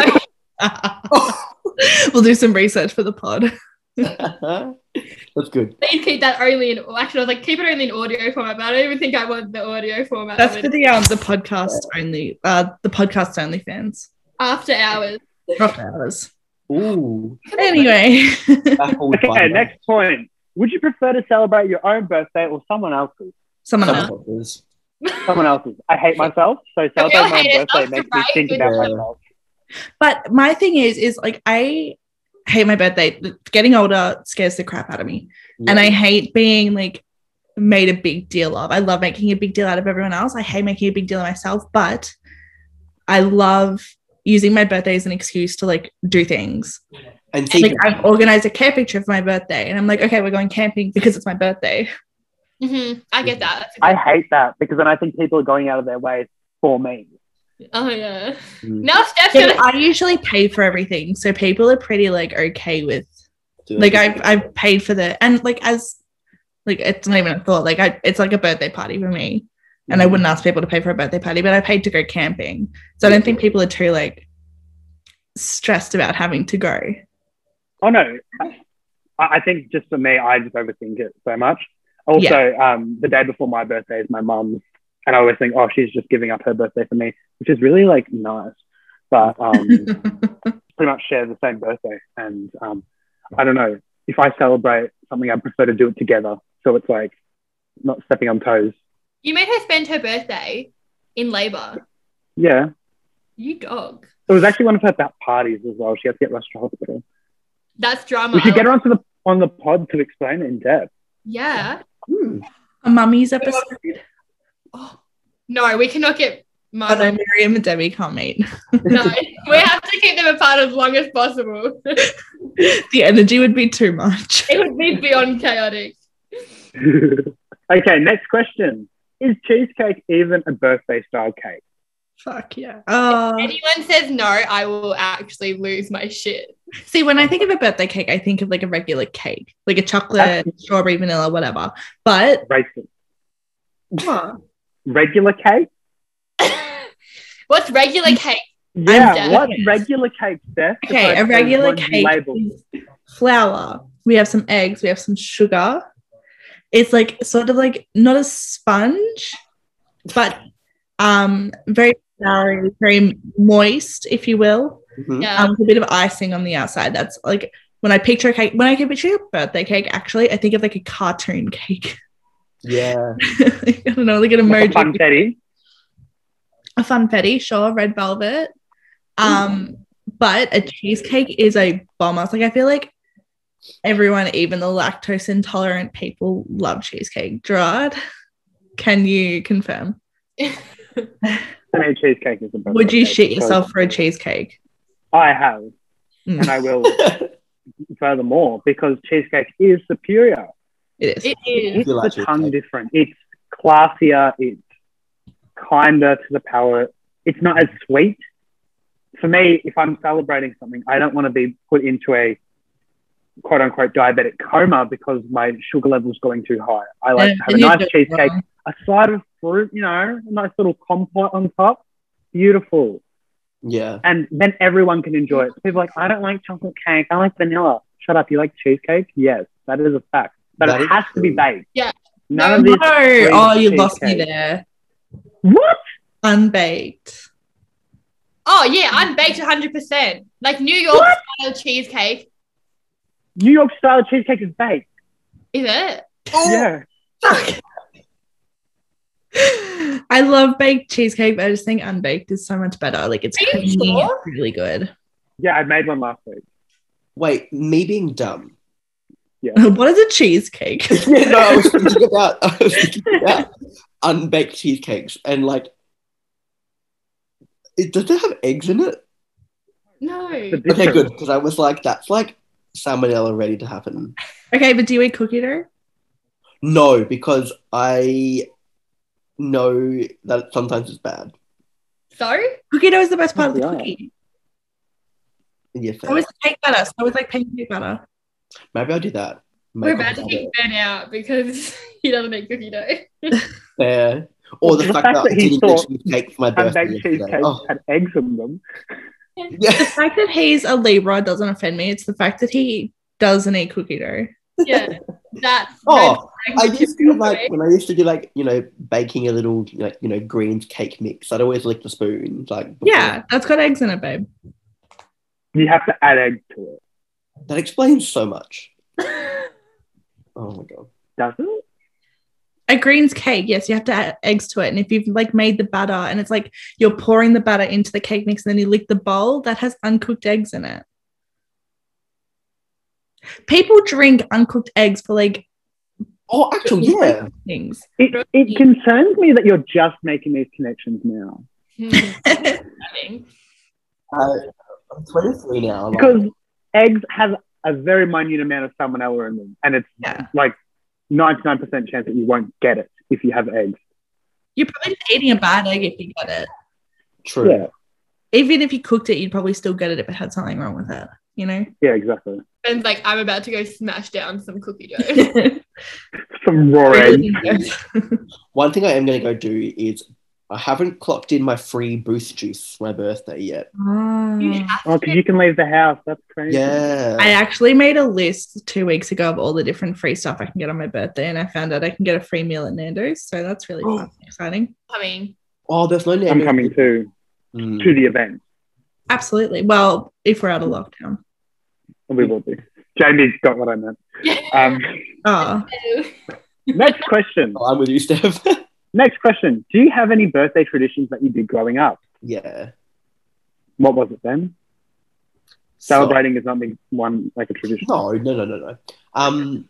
E: No.
D: we'll do some research for the pod.
B: That's good.
E: Please keep that only in. well, Actually, I was like, keep it only in audio format, but I don't even think I want the audio format.
D: That's
E: of
D: for
E: it.
D: the um the podcast only uh the podcast only fans.
E: After hours.
D: After hours.
B: Ooh.
D: Anyway,
B: baffled by
C: okay,
B: that.
C: next point. Would you prefer to celebrate your own birthday or someone else's?
D: someone
B: Some
D: else.
B: of those.
C: someone else's. I hate myself, so
E: all
C: celebrating my
E: hate
C: own birthday
E: ourselves,
C: makes me
E: right?
C: think about
B: Yeah.
C: myself.
D: But my thing is, is like I hate my birthday. Getting older scares the crap out of me. And I hate being like made a big deal of. I love making a big deal out of everyone else. I hate making a big deal of myself, but I love using my birthday as an excuse to like do things.
B: and see,
D: Like I've organized a camping trip for my birthday and I'm like, okay, we're going camping because it's my birthday.
E: Mhm, I get that. That's a
C: I hate that because then I think people are going out of their way for me.
E: good- oh yeah.
B: Mm.
E: Now Steph's
D: But I
E: gonna.
D: usually pay for everything. So people are pretty like okay with
B: do
D: like
B: it.
D: I've I've paid for the and like as like it's not even a thought. Like I it's like a birthday party for me. And I wouldn't ask people to pay for a birthday party, but I paid to go camping. So I don't think people are too like stressed about having to go.
C: Oh no, I, I think just for me, I just overthink it so much. Also, um, the day before my birthday is my mum's, and I always think, oh, she's just giving up her birthday for me, which is really like nice, but um, pretty much share the same birthday, and um, I don't know if I celebrate something, I prefer to do it together, so it's like not stepping on toes.
E: You made her spend her birthday in labor.
C: Yeah.
E: You dog.
C: It was actually one of her back parties as well. She had to get rushed to hospital.
E: That's drama.
C: We should get her onto the on the pod to explain it in depth.
E: Yeah.
B: Hmm.
D: A mummies episode.
E: Oh, no, we cannot
D: Oh
E: get
D: no,
E: Martin.
D: Miriam and Debbie can't meet.
E: No, we have to keep them apart as long as possible. it
D: the energy would be too much.
E: would be beyond chaotic.
C: okay, next question. Is cheesecake even a birthday style cake?
D: Fuck yeah.
B: Uh-huh.
D: Oh.
E: Anyone says no, I will actually lose my shit.
D: See, when I think of a birthday cake, I think of like a regular cake, like a chocolate, strawberry, vanilla, whatever. But
C: Racist.
D: Huh.
C: Regular cake?
E: What's regular
B: Mm-hmm.
E: cake?
C: Yeah,
E: dead.
C: what regular cake, Steph?
D: okay,
C: Besides
D: a
C: those
D: regular
C: ones you
D: cake
C: label.
D: is flour. We have some eggs, we have some sugar. It's like sort of like not a sponge, but um very floury, very moist, if you will.
B: Mhm.
E: Yeah.
D: um, with a bit of icing on the outside. That's like when I picture a cake, when I can picture a birthday cake, actually, I think of like a cartoon cake.
B: Yeah.
D: I don't know, like an
C: Like
D: emoji.
C: a funfetti.
D: A funfetti, sure, red velvet. Um, but a cheesecake is a bomb. I was like, I feel like everyone, even the lactose intolerant people, love cheesecake. Gerard, can you confirm?
C: To me, cheesecake is a birthday
D: Would you
C: cake.
D: shit
C: So-
D: yourself for a cheesecake?
C: I have,
D: Mm.
C: and I will. furthermore, because cheesecake is superior.
D: It is.
E: It is.
C: It's
B: like
C: the tongue
B: cheesecake.
C: different. It's classier. It's kinder to the palate. It's not as sweet. For me, if I'm celebrating something, I don't want to be put into a quote unquote diabetic coma because my sugar level's going too high. I like to have a
D: And you do
C: nice
D: it
C: cheesecake,
D: wrong.
C: a side of fruit, you know, a nice little compote on top. Beautiful.
B: Yeah.
C: And then everyone can enjoy it. People are like, I don't like chocolate cake. I like vanilla. Shut up. You like cheesecake? Yes, that is a fact. But
B: That
C: it
B: is
C: has to be
B: true.
C: baked.
E: Yeah.
C: None
E: No,
C: of
D: No.
C: this.
D: Oh, you lost me
C: cheesecake.
D: there.
C: What?
D: unbaked.
E: Oh, yeah, I'm baked 100%. Like New York style cheesecake,
C: New York style cheesecake is baked.
E: is it?
C: yeah.
D: Fuck. I love baked cheesecake, but I just think unbaked is so much better. Like it's
E: Are you
D: creamy,
E: sure?
D: it's really good.
C: Yeah, I made one last week.
B: Wait, me being dumb.
D: What is a cheesecake?
B: yeah, no, I was thinking about I was thinking about unbaked cheesecakes and like it does it have eggs in it?
E: No.
C: The
B: Okay,
C: difference.
B: good. Because I was like, that's like salmonella ready to happen.
D: okay, but do you eat cookie dough?
B: No, because I know that sometimes it's bad.
E: So?
D: Cookie dough is the best part of the
C: Yeah.
D: cookie.
B: Yes,
D: I was cake batter, so I was like pancake batter.
B: maybe I'll do that. Make
E: We're about
B: a
E: to
B: habit.
E: get Ben out because he doesn't make cookie dough.
B: Fair. Or the, fact, that, I
C: he
B: didn't
C: thought
B: get cheesecake for my birthday.
C: Unbaked
B: yesterday.
C: cheesecake
B: Oh,
C: had eggs in them.
D: The
B: yeah.
D: fact that he's a Libra doesn't offend me. It's the fact that he doesn't eat cookie dough.
E: Yeah, that's
B: Oh,
E: red
B: I
E: flag.
B: used to like when I used to do like you know baking a little like you know greens cake mix. I'd always lick the spoon like before.
D: Yeah, that's got eggs in it, babe.
C: You have to add egg to it,
B: That explains so much. Oh my god.
C: does it?
D: a greens cake yes you have to add eggs to it and if you've like made the batter and it's like you're pouring the batter into the cake mix and then you lick the bowl that has uncooked eggs in it people drink uncooked eggs for like
B: Oh, actually, yeah.
D: things
C: It, it concerns me that you're just making these connections now.
B: Uh, I'm 23 now. like-
C: Because eggs have a very minute amount of salmonella in them, and it's
D: yeah
C: like 99% chance that you won't get it if you have eggs.
D: you're probably just eating a bad egg if you get it
B: true.
C: Yeah.
D: even if you cooked it you'd probably still get it if it had something wrong with it you know
C: Yeah, exactly.
E: Ben's like, I'm about to go smash down some cookie dough.
C: Some raw eggs.
B: One thing I am going to go do is I haven't clocked in my free booth juice for my birthday yet.
D: Ah.
C: Oh, because you can leave the house. That's crazy.
B: Yeah.
D: I actually made a list two weeks ago of all the different free stuff I can get on my birthday, and I found out I can get a free meal at Nando's. So that's really
B: Oh.
D: fun, and exciting.
E: Coming.
B: oh, there's no name.
C: I'm coming too
B: Mm.
C: to the event.
D: Absolutely. Well, if we're out of lockdown.
C: And we will do. Jamie's got what I meant. Um,
D: Oh,
C: next question.
B: Oh, I'm with you, Steph.
C: Next question. Do you have any birthday traditions that you did growing up?
B: Yeah.
C: What was it then?
B: So-
C: Celebrating is not being one like a tradition.
B: No, no, no, no, no. Um,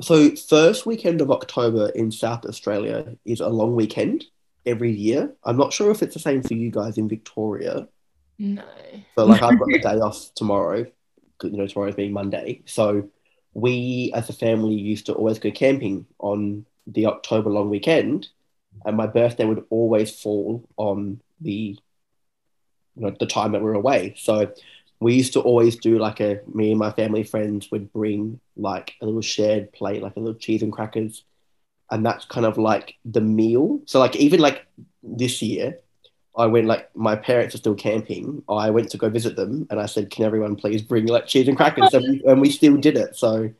B: so first weekend of October in South Australia is a long weekend every year. I'm not sure if it's the same for you guys in Victoria,
E: No.
B: but like I've got the day off tomorrow. 'cause, You know, tomorrow being Monday, so we as a family used to always go camping on the October long weekend, and my birthday would always fall on the you know, the time that we're away. So we used to always do like a me and my family friends would bring like a little shared plate, like a little cheese and crackers, and that's kind of like the meal. So like even like this year, I went like my parents are still camping. I went to go visit them, and I said, "Can everyone please bring like cheese and crackers?" and, we, and we still did it. So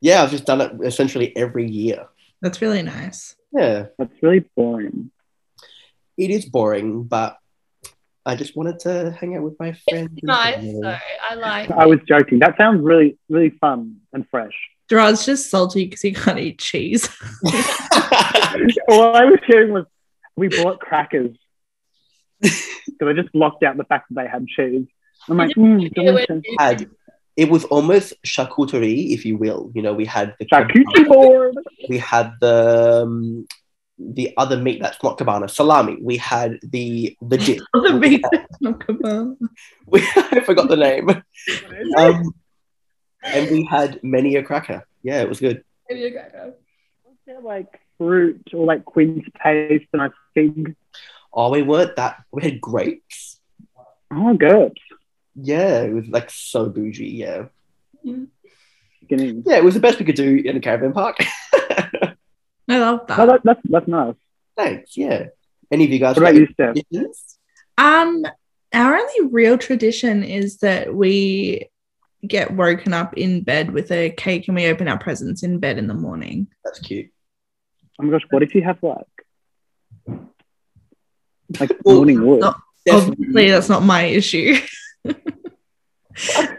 B: yeah, I've just done it essentially every year.
D: That's really nice.
B: Yeah,
C: That's really boring.
B: it is boring, but I just wanted to hang out with my friends. and
E: Nice
B: family.
E: though. I like.
C: I was joking. That sounds really, really fun and fresh.
D: Gerard's just salty because he can't eat cheese.
C: All I was hearing was we bought crackers because I just locked out the fact that they had cheese. I'm like, mm,
E: it with
C: delicious.
B: had it was almost charcuterie, if you will. You know, we had the
C: Charcuterie board.
B: we had the um, the other meat that's not cabana salami. We had the the dip.
D: the big not kebab.
B: We, I forgot the name. Um, and we had many a cracker. Yeah, it was good.
E: maybe a cracker.
C: Was there like fruit or like quince paste and a fig?
B: Oh, we weren't that. We had grapes.
C: Oh, good.
B: Yeah, it was like so bougie. Yeah,
C: Beginning.
B: yeah, it was the best we could do in a caravan park.
D: I love
B: Ah.
D: that.
C: Oh, that, that's that's nice.
B: Thanks. Yeah. Any of you guys?
C: What about you, Steph?
B: Yes.
D: Um, our only real tradition is that we get woken up in bed with a cake and we open our presents in bed in the morning.
B: That's cute.
C: Oh my gosh, what if you have like like
B: Well,
C: morning wood?
D: no. Obviously, that's not my issue.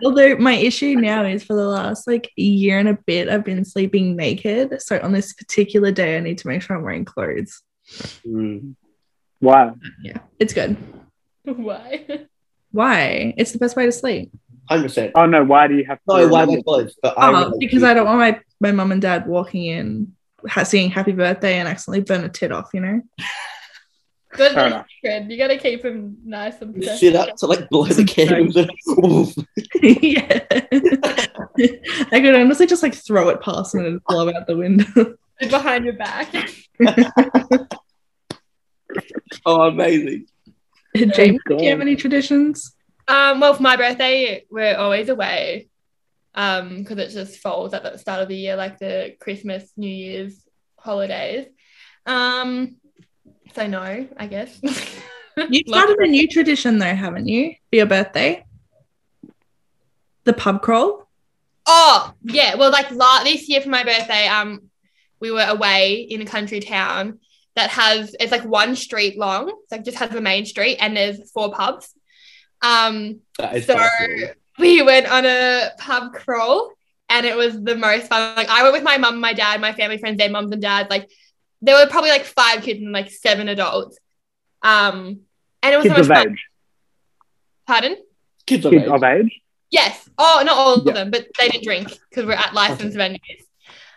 D: Although my issue now is for the last like year and a bit, I've been sleeping naked. So on this particular day, I need to make sure I'm wearing clothes.
B: Mm.
C: Wow.
D: Yeah, it's good.
E: Why?
D: Why? It's the best way to sleep.
B: 100%.
C: Oh no, why do you have to
B: No, why
C: remember?
B: my clothes? But I
D: Oh,
B: really-
D: because I don't want my my mum and dad walking in, ha- seeing happy birthday, and accidentally burn a tit off. You know.
E: Good
C: Fair enough.
E: friend. You gotta keep him nice and protected.
B: sit up to like blow the candles. Oof.
D: yeah. I could honestly just like throw it past them and it'd blow out the window.
E: behind your back.
B: oh, amazing!
D: Jamie, do
C: God.
D: you have any traditions?
E: Um, well, for my birthday, we're always away. Um, because it just falls at the start of the year, like the Christmas, New Year's holidays. Um, so no, I guess.
D: You've started a new tradition though, haven't you? For your birthday? The pub crawl?
E: Oh, yeah. Well, like la- this year for my birthday, um, we were away in a country town that has it's like one street long. It's like just has the main street and there's four pubs. Um,
B: That is
E: so
B: awesome.
E: we went on a pub crawl and it was the most fun. Like I went with my mum, my dad, my family friends, their mums and dads. Like there were probably like five kids and like seven adults. Um, and it was
C: Kids
E: so much
C: of
E: fun.
C: age.
E: Pardon?
B: kids are
C: Kids
B: amazing.
C: of age.
E: Yes. Oh, not all
C: Yeah.
E: of them, but they didn't drink because we're at licensed venues.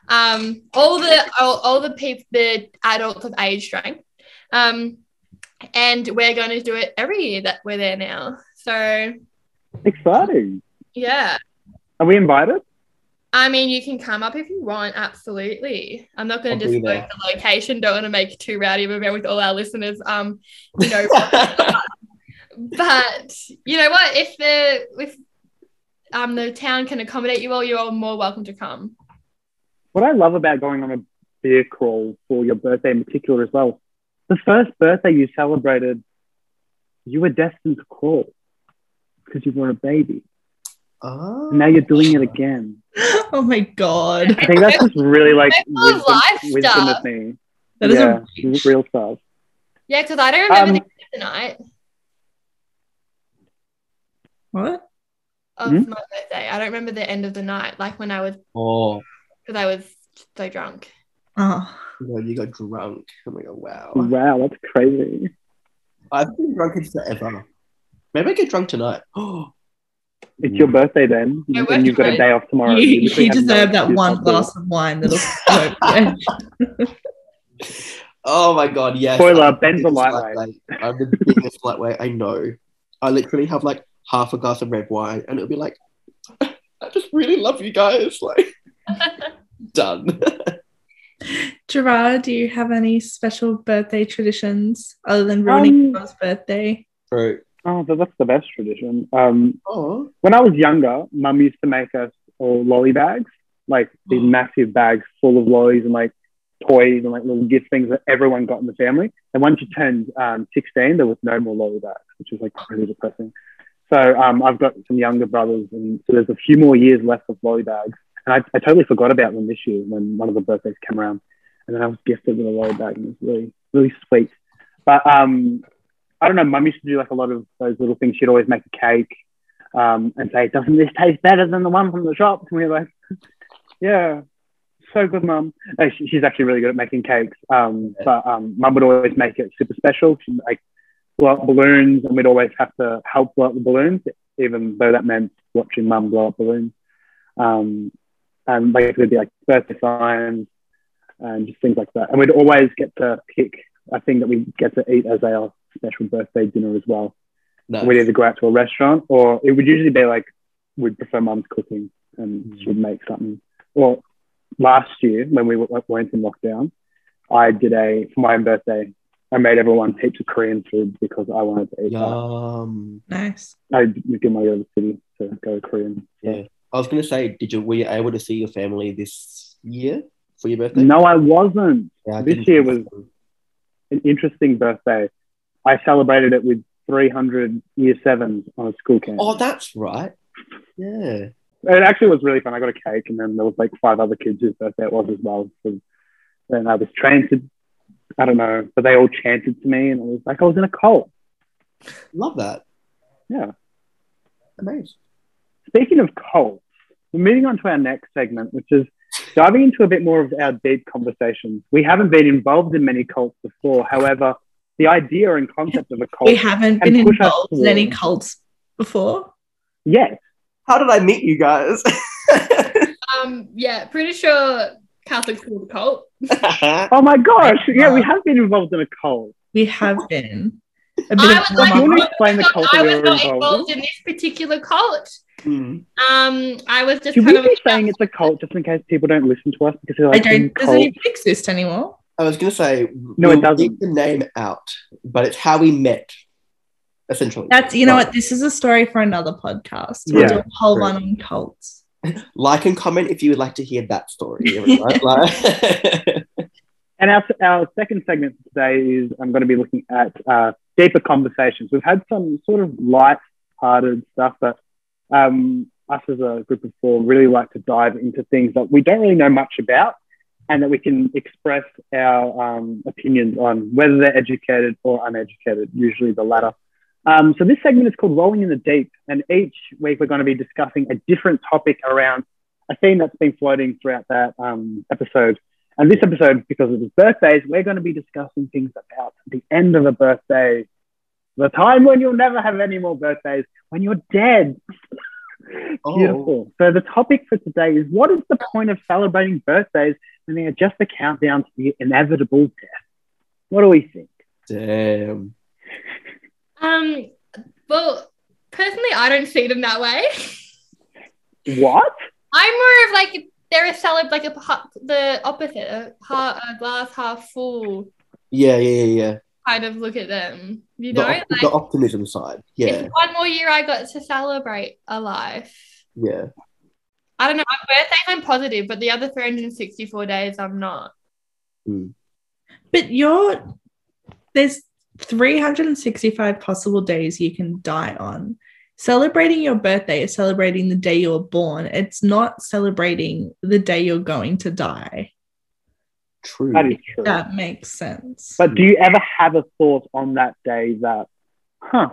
E: Um, all the all, all the people, the adults of age drank. Um, and we're going to do it every year that we're there now. So
C: Exciting.
E: yeah,
C: Are we invited?
E: I mean, you can come up if you want. Absolutely, I'm not going
B: I'll
E: to
B: be
E: disclose
B: there.
E: the location. Don't want to make it too rowdy of an event with all our listeners. Um, you know, but you know what? If the if um the town can accommodate you all, you're all more welcome to come.
C: What I love about going on a beer crawl for your birthday in particular as well, the first birthday you celebrated, you were destined to crawl because you were a baby.
B: Ah.
C: And now you're doing it again.
D: Oh my god.
C: I think that's just really like
E: That's all
C: wisdom,
E: live
C: wisdom
E: stuff.
C: of me.
D: That is
C: yeah,
D: a reach.
C: real stuff.
E: Yeah, because I don't remember
C: Um,
E: the game tonight
D: What?
E: of
C: Hmm?
E: my birthday. I don't remember the end of the night, like when I was
B: Oh,
E: because I was so drunk.
D: Oh.
C: Mm-hmm.
B: no, you got drunk. Oh my god, wow.
C: Wow, that's crazy.
B: I've been drunk as forever. Maybe I get drunk tonight. Oh,
C: It's your birthday then,
E: I
C: and you've got a
E: worked
C: day off tomorrow.
D: You,
C: literally
D: you
C: have no
D: deserve that
C: excuse
D: one
C: not to.
D: glass of wine that'll. yeah.
B: my god, yes.
C: Spoiler,
B: I'm the
C: Ben's a
B: biggest
C: lightweight.
B: I'm the biggest lightweight. I know. I literally have like half a glass of red wine, and it'll be like, I just really love you guys. Like, done.
D: Gerard, do you have any special birthday traditions other than ruining
C: Um,
D: Carl's birthday?
B: Bro.
C: Oh, so that's the best tradition. Um,
B: Oh,
C: when I was younger, mum used to make us all lolly bags, like these massive bags full of lollies and like toys and like little gift things that everyone got in the family. And once you turned um, 16, there was no more lolly bags, which was like really depressing. So um, I've got some younger brothers, and so there's a few more years left of lolly bags. And I, I totally forgot about them this year when one of the birthdays came around. And then I was gifted with a lolly bag, and it was really, really sweet. But um, I don't know, mum used to do like a lot of those little things. She'd always make a cake um, and say, "Doesn't this taste better than the one from the shop?" And we were like, "Yeah, so good, mum." No, she, she's actually really good at making cakes, um, but um, mum would always make it super special. She'd like blow up balloons, and we'd always have to help blow up the balloons, even though that meant watching mum blow up balloons. Um, and like there'd be like birthday signs and just things like that. And we'd always get to pick a thing that we get to eat as our special birthday dinner as well
B: no.
C: we'd either go out to a restaurant or it would usually be like we'd prefer mum's cooking and she'd make something. Well, last year when we w- weren't in lockdown, I did a for my own birthday. I made everyone heaps of Korean food because I wanted to eat. that.
B: Yum.
D: Nice.
C: I lived in my other city to go Korean. So.
B: I was gonna say, did you were you able to see your family this year for your birthday?
C: No, I wasn't.
B: Yeah, I
C: this
B: didn't
C: year
B: think so.
C: An interesting birthday. I celebrated it with 300 year sevens on a school camp.
B: Oh, that's right. Yeah.
C: It actually was really fun. I got a cake, and then there was like five other kids whose birthday it was as well. So then I was trying to, I don't know, but they all chanted to me, and it was like I was in a cult.
B: Love that.
C: Yeah.
B: Amazing.
C: Speaking of cults, we're moving on to our next segment, which is diving into a bit more of our deep conversations. We haven't been involved in many cults before. However, the idea and concept of a cult,
D: We haven't
C: And
D: been
C: push us
D: involved in any
C: forward.
D: cults before.
C: yes,
B: How did I meet you guys?
E: Um, yeah, pretty sure Catholics call the cult.
C: oh my gosh, yeah, we have been involved in a cult.
D: We have been. A bit
E: I
D: of
E: was like,
C: Do you
D: drama.
C: want to explain the
E: But
C: cult
E: I
C: that we
E: was
C: were
E: not
C: involved
E: involved
C: in?
E: in this particular cult.
B: Hmm.
E: Um, I was just
C: Should
E: kind
C: we
E: of
C: be saying it's a cult just in case people don't listen to us because they're
D: I
C: like, "Mm,
D: don't. Doesn't
C: cult.
D: even exist anymore.
B: I was gonna say
C: No, it
B: we'll
C: doesn't.
B: leave the name out, but it's how we met, essentially.
D: That's you know
B: Like-
D: what. This is a story for another podcast. We'll
C: Yeah,
D: do a whole
B: true.
D: one on cults.
B: Like and comment if you would like to hear that story. everyone. Like-
C: And our, our second segment today is I'm going to be looking at uh, deeper conversations. We've had some sort of light-hearted stuff, but um, us as a group of four really like to dive into things that we don't really know much about, and that we can express our um, opinions on, whether they're educated or uneducated. Usually, the latter. Um, so this segment is called Rolling in the Deep, and each week we're going to be discussing a different topic around a theme that's been floating throughout that um, episode. And this episode, because of his birthdays, we're going to be discussing things about the end of a birthday, the time when you'll never have any more birthdays, when you're dead.
B: Oh.
C: Beautiful. So the topic for today is what is the point of celebrating birthdays when they are just a countdown to the inevitable death? What do we think?
B: Damn.
E: Um, well, personally, I don't see them that way.
C: What?
E: I'm more of like they're a salad, like a pa- the opposite, a, ha a glass half full
B: Yeah, yeah, yeah, yeah.
E: kind of look at them. You
B: the,
E: know,
B: op-
E: like
B: the optimism side. Yeah,
E: it's one more year I got to celebrate a life.
B: yeah.
E: I don't know. My birthday, I'm positive, but the other 364 days, I'm not.
D: But you're there's 365 possible days you can die on. Celebrating your birthday is celebrating the day you were born. It's not celebrating the day you're going to die.
B: True.
C: That is true.
D: That makes sense.
C: But do you ever have a thought on that day that, huh,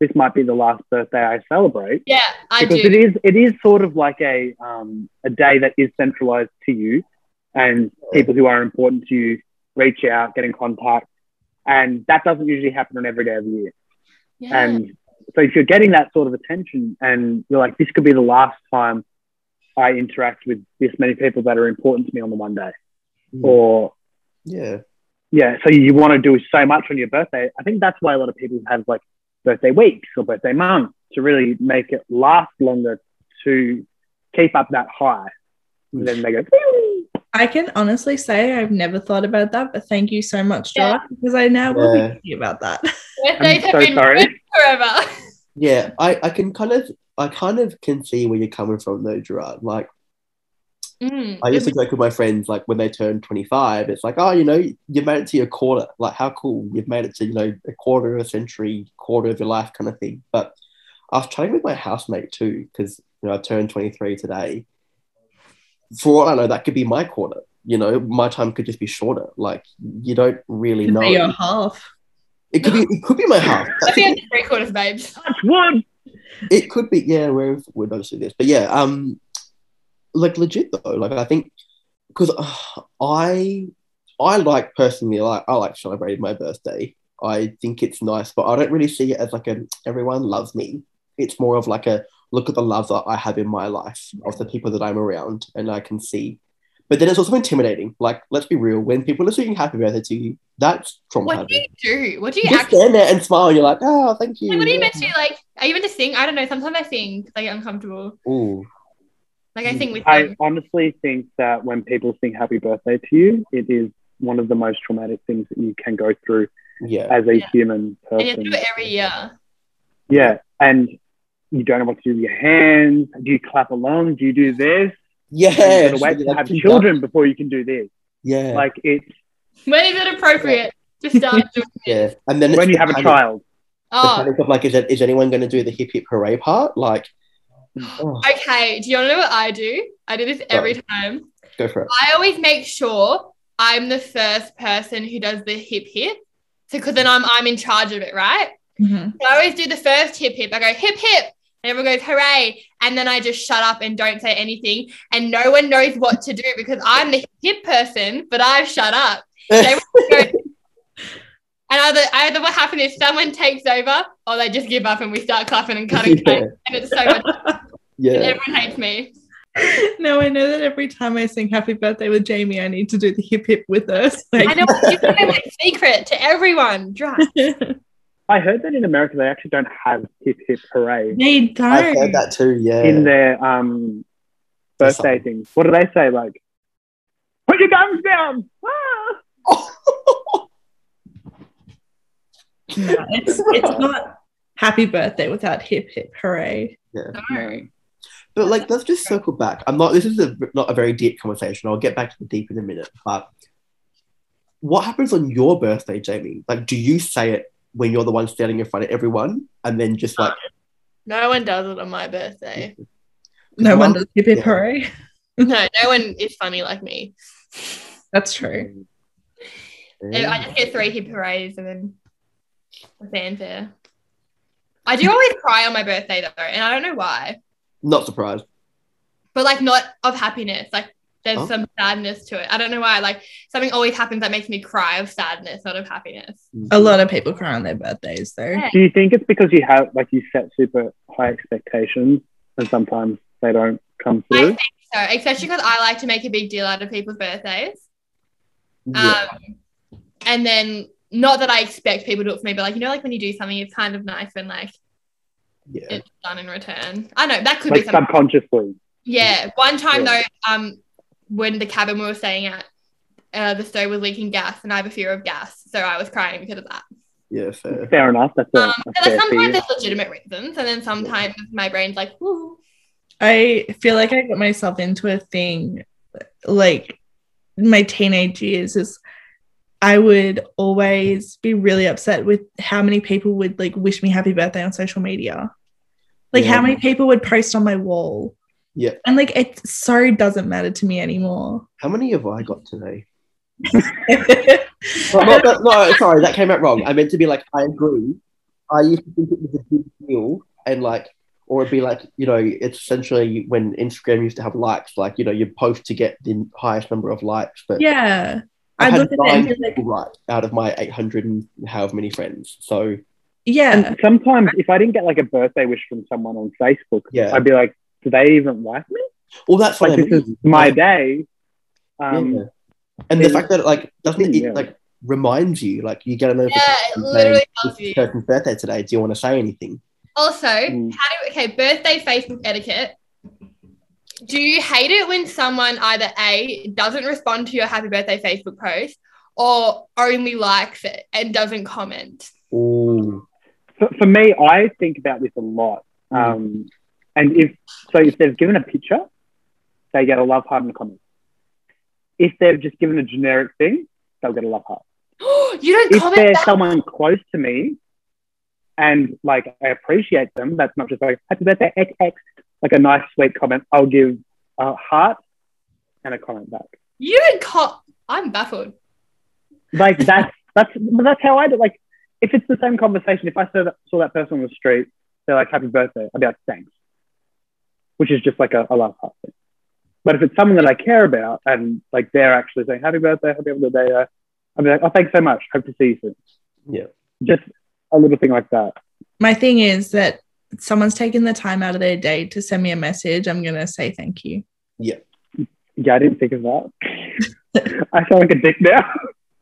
C: this might be the last birthday I celebrate?
E: Yeah, I
C: because
E: do.
C: it is it is sort of like a um, a day that is centralized to you, and people who are important to you reach out, get in contact, And that doesn't usually happen on every day of the year.
E: Yeah.
C: And so if you're getting that sort of attention and you're like, this could be the last time I interact with this many people that are important to me on the one day.
B: Mm.
C: Or
B: Yeah.
C: yeah, so you want to do so much on your birthday. I think that's why a lot of people have like birthday weeks or birthday months to really make it last longer to keep up that high. And then they go,
D: I can honestly say I've never thought about that, but thank you so much, Joy, because I now will be
B: Yeah.
D: thinking about that.
E: Birthdays
C: I'm
E: have
C: so
E: been ruined
C: sorry.
E: forever.
B: Yeah. I, I can kind of I kind of can see where you're coming from though, Gerard. Like
E: Mm.
B: I used to joke with my friends, like when they turn 25, it's like, oh, you know, you've made it to your quarter. Like, how cool. You've made it to, you know, a quarter of a century, quarter of your life kind of thing. But I was chatting with my housemate too, because, you know, I turned 23 today. For all I know, that could be my quarter. You know, my time could just be shorter. Like, you don't really
D: Could
B: know.
D: be your half.
B: It could be, it could be my half.
E: Let's be under three quarters, babes.
C: that's one.
B: It could be, yeah, we're we're noticing this, but yeah, um, like legit though, like I think because I I like personally like I like celebrating my birthday. I think it's nice, but I don't really see it as like a everyone loves me. It's more of like a look at the love that I have in my life of the people that I'm around, and I can see. But then it's also intimidating. Like, let's be real, when people are singing happy birthday to you, that's
C: Oh,
E: What do
B: traumatizing.
E: you do? What do you
B: Just
E: actually
B: stand there and smile, and you're like, oh, thank you.
E: like, what are you meant to
B: yeah."
E: do? Like, are you meant to sing? I don't know. Sometimes I sing, 'cause I get uncomfortable.
B: Ooh.
E: Like, I sing with
C: Mm, I
E: them.
C: honestly think that when people sing happy birthday to you, it is one of the most traumatic things that you can go through
B: Yeah.
C: as a
E: Yeah.
C: human
E: And
C: person.
E: you do it every year.
C: Yeah, and you don't know what to do with your hands. Do you clap along? Do you do this?
B: Yeah.
C: you gotta wait to
B: like,
C: have
B: keep
C: children
B: up.
C: before you can do this.
B: Yeah.
C: Like it's
E: When is it appropriate to start doing
B: yeah. And then it's
C: when you
B: the
C: have a
B: panic-
C: child.
B: the
E: Oh,
B: panic of like, is, it, is anyone going to do the hip hip hooray part? Like,
C: Hmm.
B: oh,
E: okay. Do you wanna know what I do? I do this every time.
B: go for it.
E: I always make sure I'm the first person who does the hip hip. So, because then I'm I'm in charge of it, right?
D: Mhm.
E: So I always do the first hip hip. I go hip hip, and everyone goes hooray, and then I just shut up and don't say anything, and no one knows what to do because I'm the hip person, but I've shut up. And either either what happens is someone takes over, or they just give up and we start clapping and cutting,
B: Yeah.
E: cake, and it's so much. And
B: yeah.
E: everyone hates me.
D: Now I know that every time I sing happy birthday with Jamie, I need to do the hip hip with her. It's like-
E: I know it's my secret to everyone. Drunk.
C: I heard that in America they actually don't have hip hip hooray
D: they
B: I've
D: don't.
B: heard that too. Yeah.
C: in their um
B: That's
C: birthday
B: something.
C: things. What do they say? Like, put your guns down. Ah!
D: No, it's, it's not happy birthday without hip hip hooray.
E: No.
B: But like, let's just circle back. I'm not. This is a, not a very deep conversation. I'll get back to the deep in a minute. But what happens on your birthday, Jamie? Like, do you say it when you're the one standing in front of everyone, and then just like,
E: No one does it on my birthday.
D: No
B: Well,
D: one does hip hip
B: yeah.
D: hooray.
E: No, no one is funny like me.
D: That's true.
E: Uh, I
B: eh?
E: just get three hip hoorays and then a fanfare. I do always cry on my birthday though, and I don't know why.
B: not surprised?
E: But like not of happiness. Like there's
B: Oh.
E: some sadness to it. I don't know why. Like something always happens that makes me cry of sadness, not of happiness.
D: A lot of people cry on their birthdays though.
E: Yeah.
C: Do you think it's because you have like you set super high expectations and sometimes they don't come
E: I
C: through?
E: think so, especially because I like to make a big deal out of people's birthdays.
B: Yeah.
E: Um, and then not that I expect people to do it for me, but like you know, like when you do something, it's kind of nice when like
B: yeah.
E: it's done in return. I know that could
C: Like
E: be something.
C: subconsciously.
E: Yeah, one time
B: Yeah.
E: though, um, when the cabin we were staying at, uh, the stove was leaking gas, and I have a fear of gas, so I was crying because of that.
B: Yeah, fair.
C: Fair enough. That's a,
E: Um,
C: a
E: but
C: fair
E: like sometimes
C: fear.
E: there's legitimate reasons, and then sometimes my brain's like, "Woo."
D: I feel like I got myself into a thing like my teenage years is I would always be really upset with how many people would like wish me happy birthday on social media. Like
B: Yeah.
D: how many people would post on my wall.
B: Yeah.
D: And like it so doesn't matter to me anymore.
B: How many have I got today?
D: I
E: Oh,
B: No, no, no, no, sorry, that came out wrong. I meant to be like, I agree. I used to think it was a big deal, and like, or it'd be like, you know, it's essentially when Instagram used to have likes, like, you know, you post to get the highest number of likes, but
D: Yeah.
B: I've
D: I'd
B: had
D: look at it
B: nine
D: and be like,
B: people right out of my 800 and however many friends. So
D: yeah,
C: And sometimes if I didn't get like a birthday wish from someone on Facebook,
B: Yeah.
C: I'd be like, do they even like me?
B: well, that's what
C: Like
B: I
C: this is
B: mean.
C: my
B: Like,
C: day.
B: yeah.
C: Um,
B: and the
C: it-
B: fact that it, like doesn't it,
C: Yeah.
B: like reminds you like you get a notification
E: Yeah, it
B: saying,
E: literally
B: "It's
E: tells you.
B: person's birthday today. Do you want to say anything?
E: Also,
C: Mm.
E: how do okay birthday Facebook etiquette? Do you hate it when someone either a doesn't respond to your happy birthday Facebook post or only likes it and doesn't comment?
B: Ooh.
C: for, for me, I think about this a lot. Um, and if so, if they've given a picture, they get a love heart in the comments. If they've just given a generic thing, they'll get a love heart.
E: you don't
C: If
E: comment.
C: they're
E: back.
C: someone close to me, and like I appreciate them, that's not just like happy birthday XX, like a nice sweet comment. I'll give a heart and a comment back.
E: you don't co- I'm baffled.
C: Like that's that's but that's how I do. Like if it's the same conversation, if I saw that, saw that person on the street, they're like "Happy birthday," I'd be like "Thanks," which is just like a, a love heart thing. But if it's someone that I care about and like they're actually saying "Happy birthday," "Happy birthday," uh, I'd be like "Oh, thanks so much. Hope to see you soon."
B: Yeah.
C: just a little thing like that.
D: my thing is that someone's taken the time out of their day to send me a message. I'm gonna say thank you.
C: Yeah, I didn't think of that. I sound like a dick now.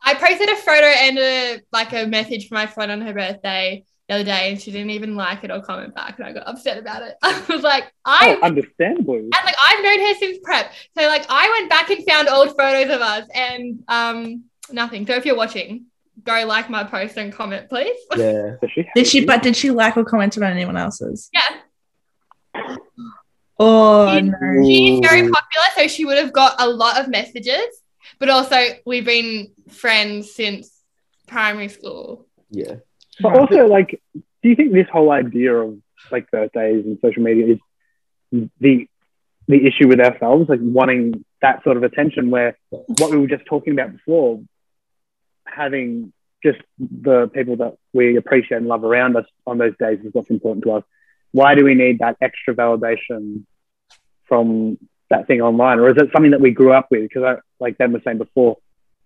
E: I posted a photo and a like a message from my friend on her birthday the other day, and she didn't even like it or comment back, and I got upset about it. I was like, I
C: Oh, understandably.
E: and like I've known her since prep. So like I went back and found old photos of us and um nothing. So if you're watching, go like my post and comment, please.
B: Yeah.
C: Does she
D: Did she? But did she like or comment on anyone else's?
E: Yeah.
D: Oh no.
E: She's very
B: Ooh.
E: popular, so she would have got a lot of messages. But also we've been friends since primary school.
B: Yeah.
C: But also, like, do you think this whole idea of like birthdays and social media is the the issue with ourselves, like wanting that sort of attention, where what we were just talking about before, having just the people that we appreciate and love around us on those days is what's important to us. Why do we need that extra validation from that thing online, or is it something that we grew up with? Because, I, like Ben was saying before,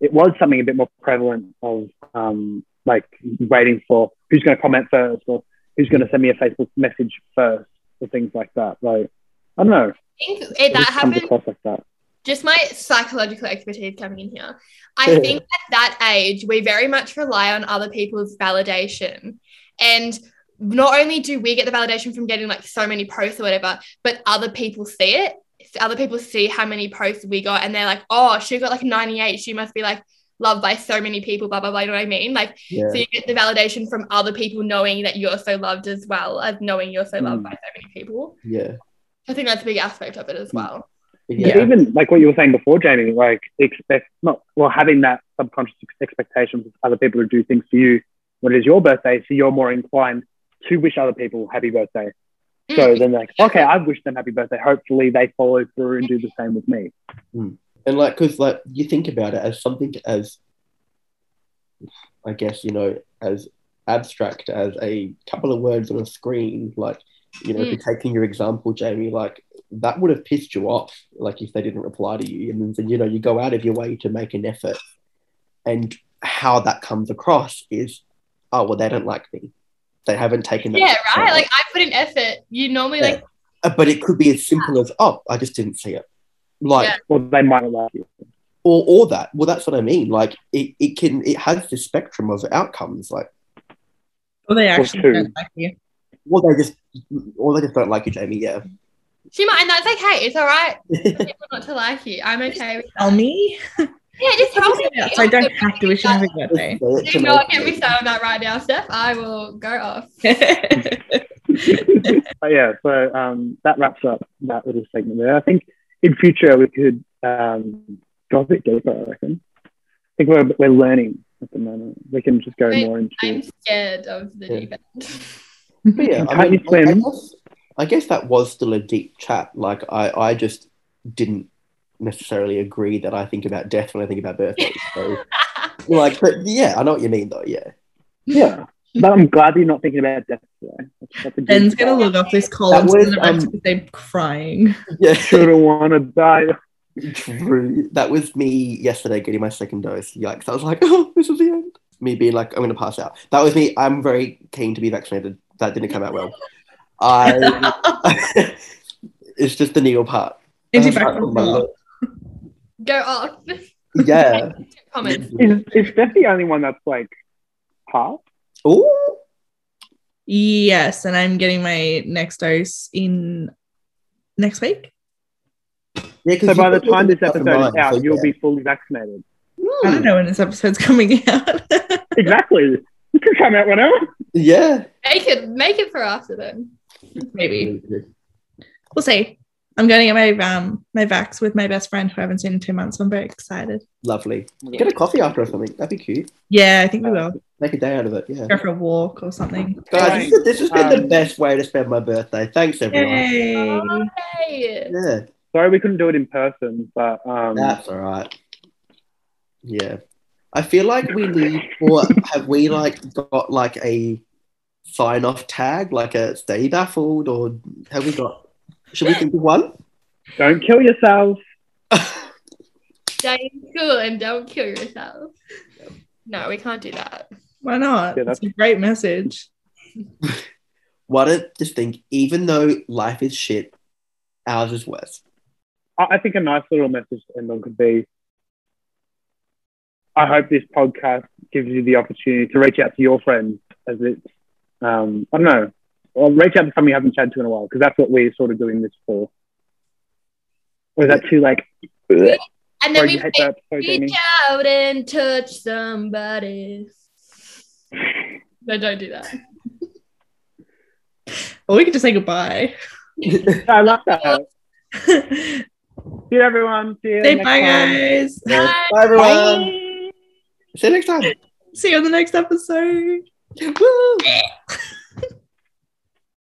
C: it was something a bit more prevalent of um, like waiting for who's going to comment first or who's going to send me a Facebook message first or things like that. Like, I don't know.
E: I think it, that
C: just comes
E: happened
C: across like that.
E: just my psychological expertise coming in here. I think at that age, we very much rely on other people's validation. And not only do we get the validation from getting like so many posts or whatever, but other people see it. So other people see how many posts we got and they're like, oh, she got like 98. She must be like loved by so many people, blah, blah, blah. You know what I mean? Like,
B: Yeah.
E: so you get the validation from other people knowing that you're so loved as well as knowing you're so loved
C: Mm.
E: by so many people.
B: Yeah.
E: I think that's a big aspect of it as well.
C: But
B: Yeah.
C: even like what you were saying before, Jamie, like expect not well having that subconscious ex- expectations of other people to do things for you when it is your birthday, so you're more inclined to wish other people happy birthday. So
E: Mm.
C: then, like, okay, I've wished them happy birthday. Hopefully, they follow through and do the same with me.
B: And like, cause like you think about it as something as, I guess you know, as abstract as a couple of words on a screen. Like, you know, if you're taking your example, Jamie, like that would have pissed you off. Like if they didn't reply to you, and then you know you go out of your way to make an effort, and how that comes across is, oh well, they don't like me. They haven't taken that.
E: Yeah, right.
B: effort."
E: Like I put in effort. You normally
B: Yeah.
E: like
B: Uh, but it could be as simple as, oh, I just didn't see it. Like,
E: Yeah.
C: Well, they might not like you.
B: or or that. Well, that's what I mean. Like it, it can it has this spectrum of outcomes. Like
D: Well, they
C: Or
D: actually
C: two.
D: don't like you.
B: well, they just or they just don't like you, Jamie. Yeah,
E: she might, and that's okay. It's all right. for people not to like you. I'm okay with.
D: Tell me.
E: Yeah, just tell me.
D: So I don't have to wish you a happy birthday.
E: Do not get me started on that right now, Steph. I will go off.
C: But yeah, so um, that wraps up that little segment there. I think in future we could um, go a bit deeper. I reckon. I think we're we're learning at the moment. We can just go
E: Wait,
C: more into.
E: I'm scared of the
B: Yeah.
E: deep end.
B: But yeah, I,
C: Can't
B: mean,
C: you
B: I- I
C: swim?
B: guess, I guess that was still a deep chat. Like I, I just didn't necessarily agree that I think about death when I think about birthdays. So, like, but yeah, I know what you mean though. Yeah,
C: Yeah, but I'm glad you're not thinking about death today. That's, that's a good-
D: Ben's gonna log off this call
B: That
D: and
B: was,
D: send it back
B: um,
D: to the- crying.
B: yeah.
C: Should've wanna die.
B: True. That was me yesterday getting my second dose. Yikes. I was like, oh, this is the end. Me being like, I'm going to pass out. That was me. I'm very keen to be vaccinated. That didn't come out well. I. it's just the needle part. um,
D: Anti-vaxxer.
E: Go off.
B: Yeah.
E: Comments.
C: Is, is Steph the only one that's like half?
B: Ooh.
D: Yes, and I'm getting my next dose in next week.
B: Yeah, 'cause
C: So by
B: you
C: the
B: put
C: time this
B: stuff in
C: episode
B: mind,
C: is
B: so
C: out, you'll
B: yeah.
C: be fully vaccinated.
D: I don't know when this episode's coming out.
C: Exactly. You can come out whenever.
B: Yeah.
E: Make it make it for after then.
D: Maybe we'll see. I'm going to get my um my vax with my best friend who I haven't seen in two months. I'm very excited.
B: Lovely. Get a coffee after or something. That'd be cute.
D: Yeah, I think we will
B: Make a day out of it. Yeah.
D: go for a walk or something.
B: Guys, this, is- this has been the
C: Um,
B: best way to spend my birthday. Thanks, everyone.
D: Yay!
E: Yay.
B: Yeah.
C: Sorry we couldn't do it in person, but um,
B: That's all right. Yeah. I feel like we need, or have we like got like a sign off tag, like a stay baffled, or have we got, should we think of one?
C: don't kill yourself.
E: Stay cool and don't kill yourself. No, we can't do that.
D: Why not?
C: Yeah,
D: that's a great message.
B: Why don't just think, even though life is shit, ours is worse.
C: I, I think a nice little message to end on could be I hope this podcast gives you the opportunity to reach out to your friends as it's, um, I don't know, or reach out to someone you haven't chatted to in a while, because that's what we're sort of doing this for. Or is that too like,
E: And then
C: sorry, you
E: we
C: hate that episode, Jamie?
E: reach out and touch somebody. No, don't do that.
D: Or we could just say goodbye.
C: I love that.
D: say
C: See you, everyone. See you.
D: bye,
C: next time.
D: guys.
E: Bye.
B: Bye, everyone. See you next time.
D: See you on the next episode.
B: Woo!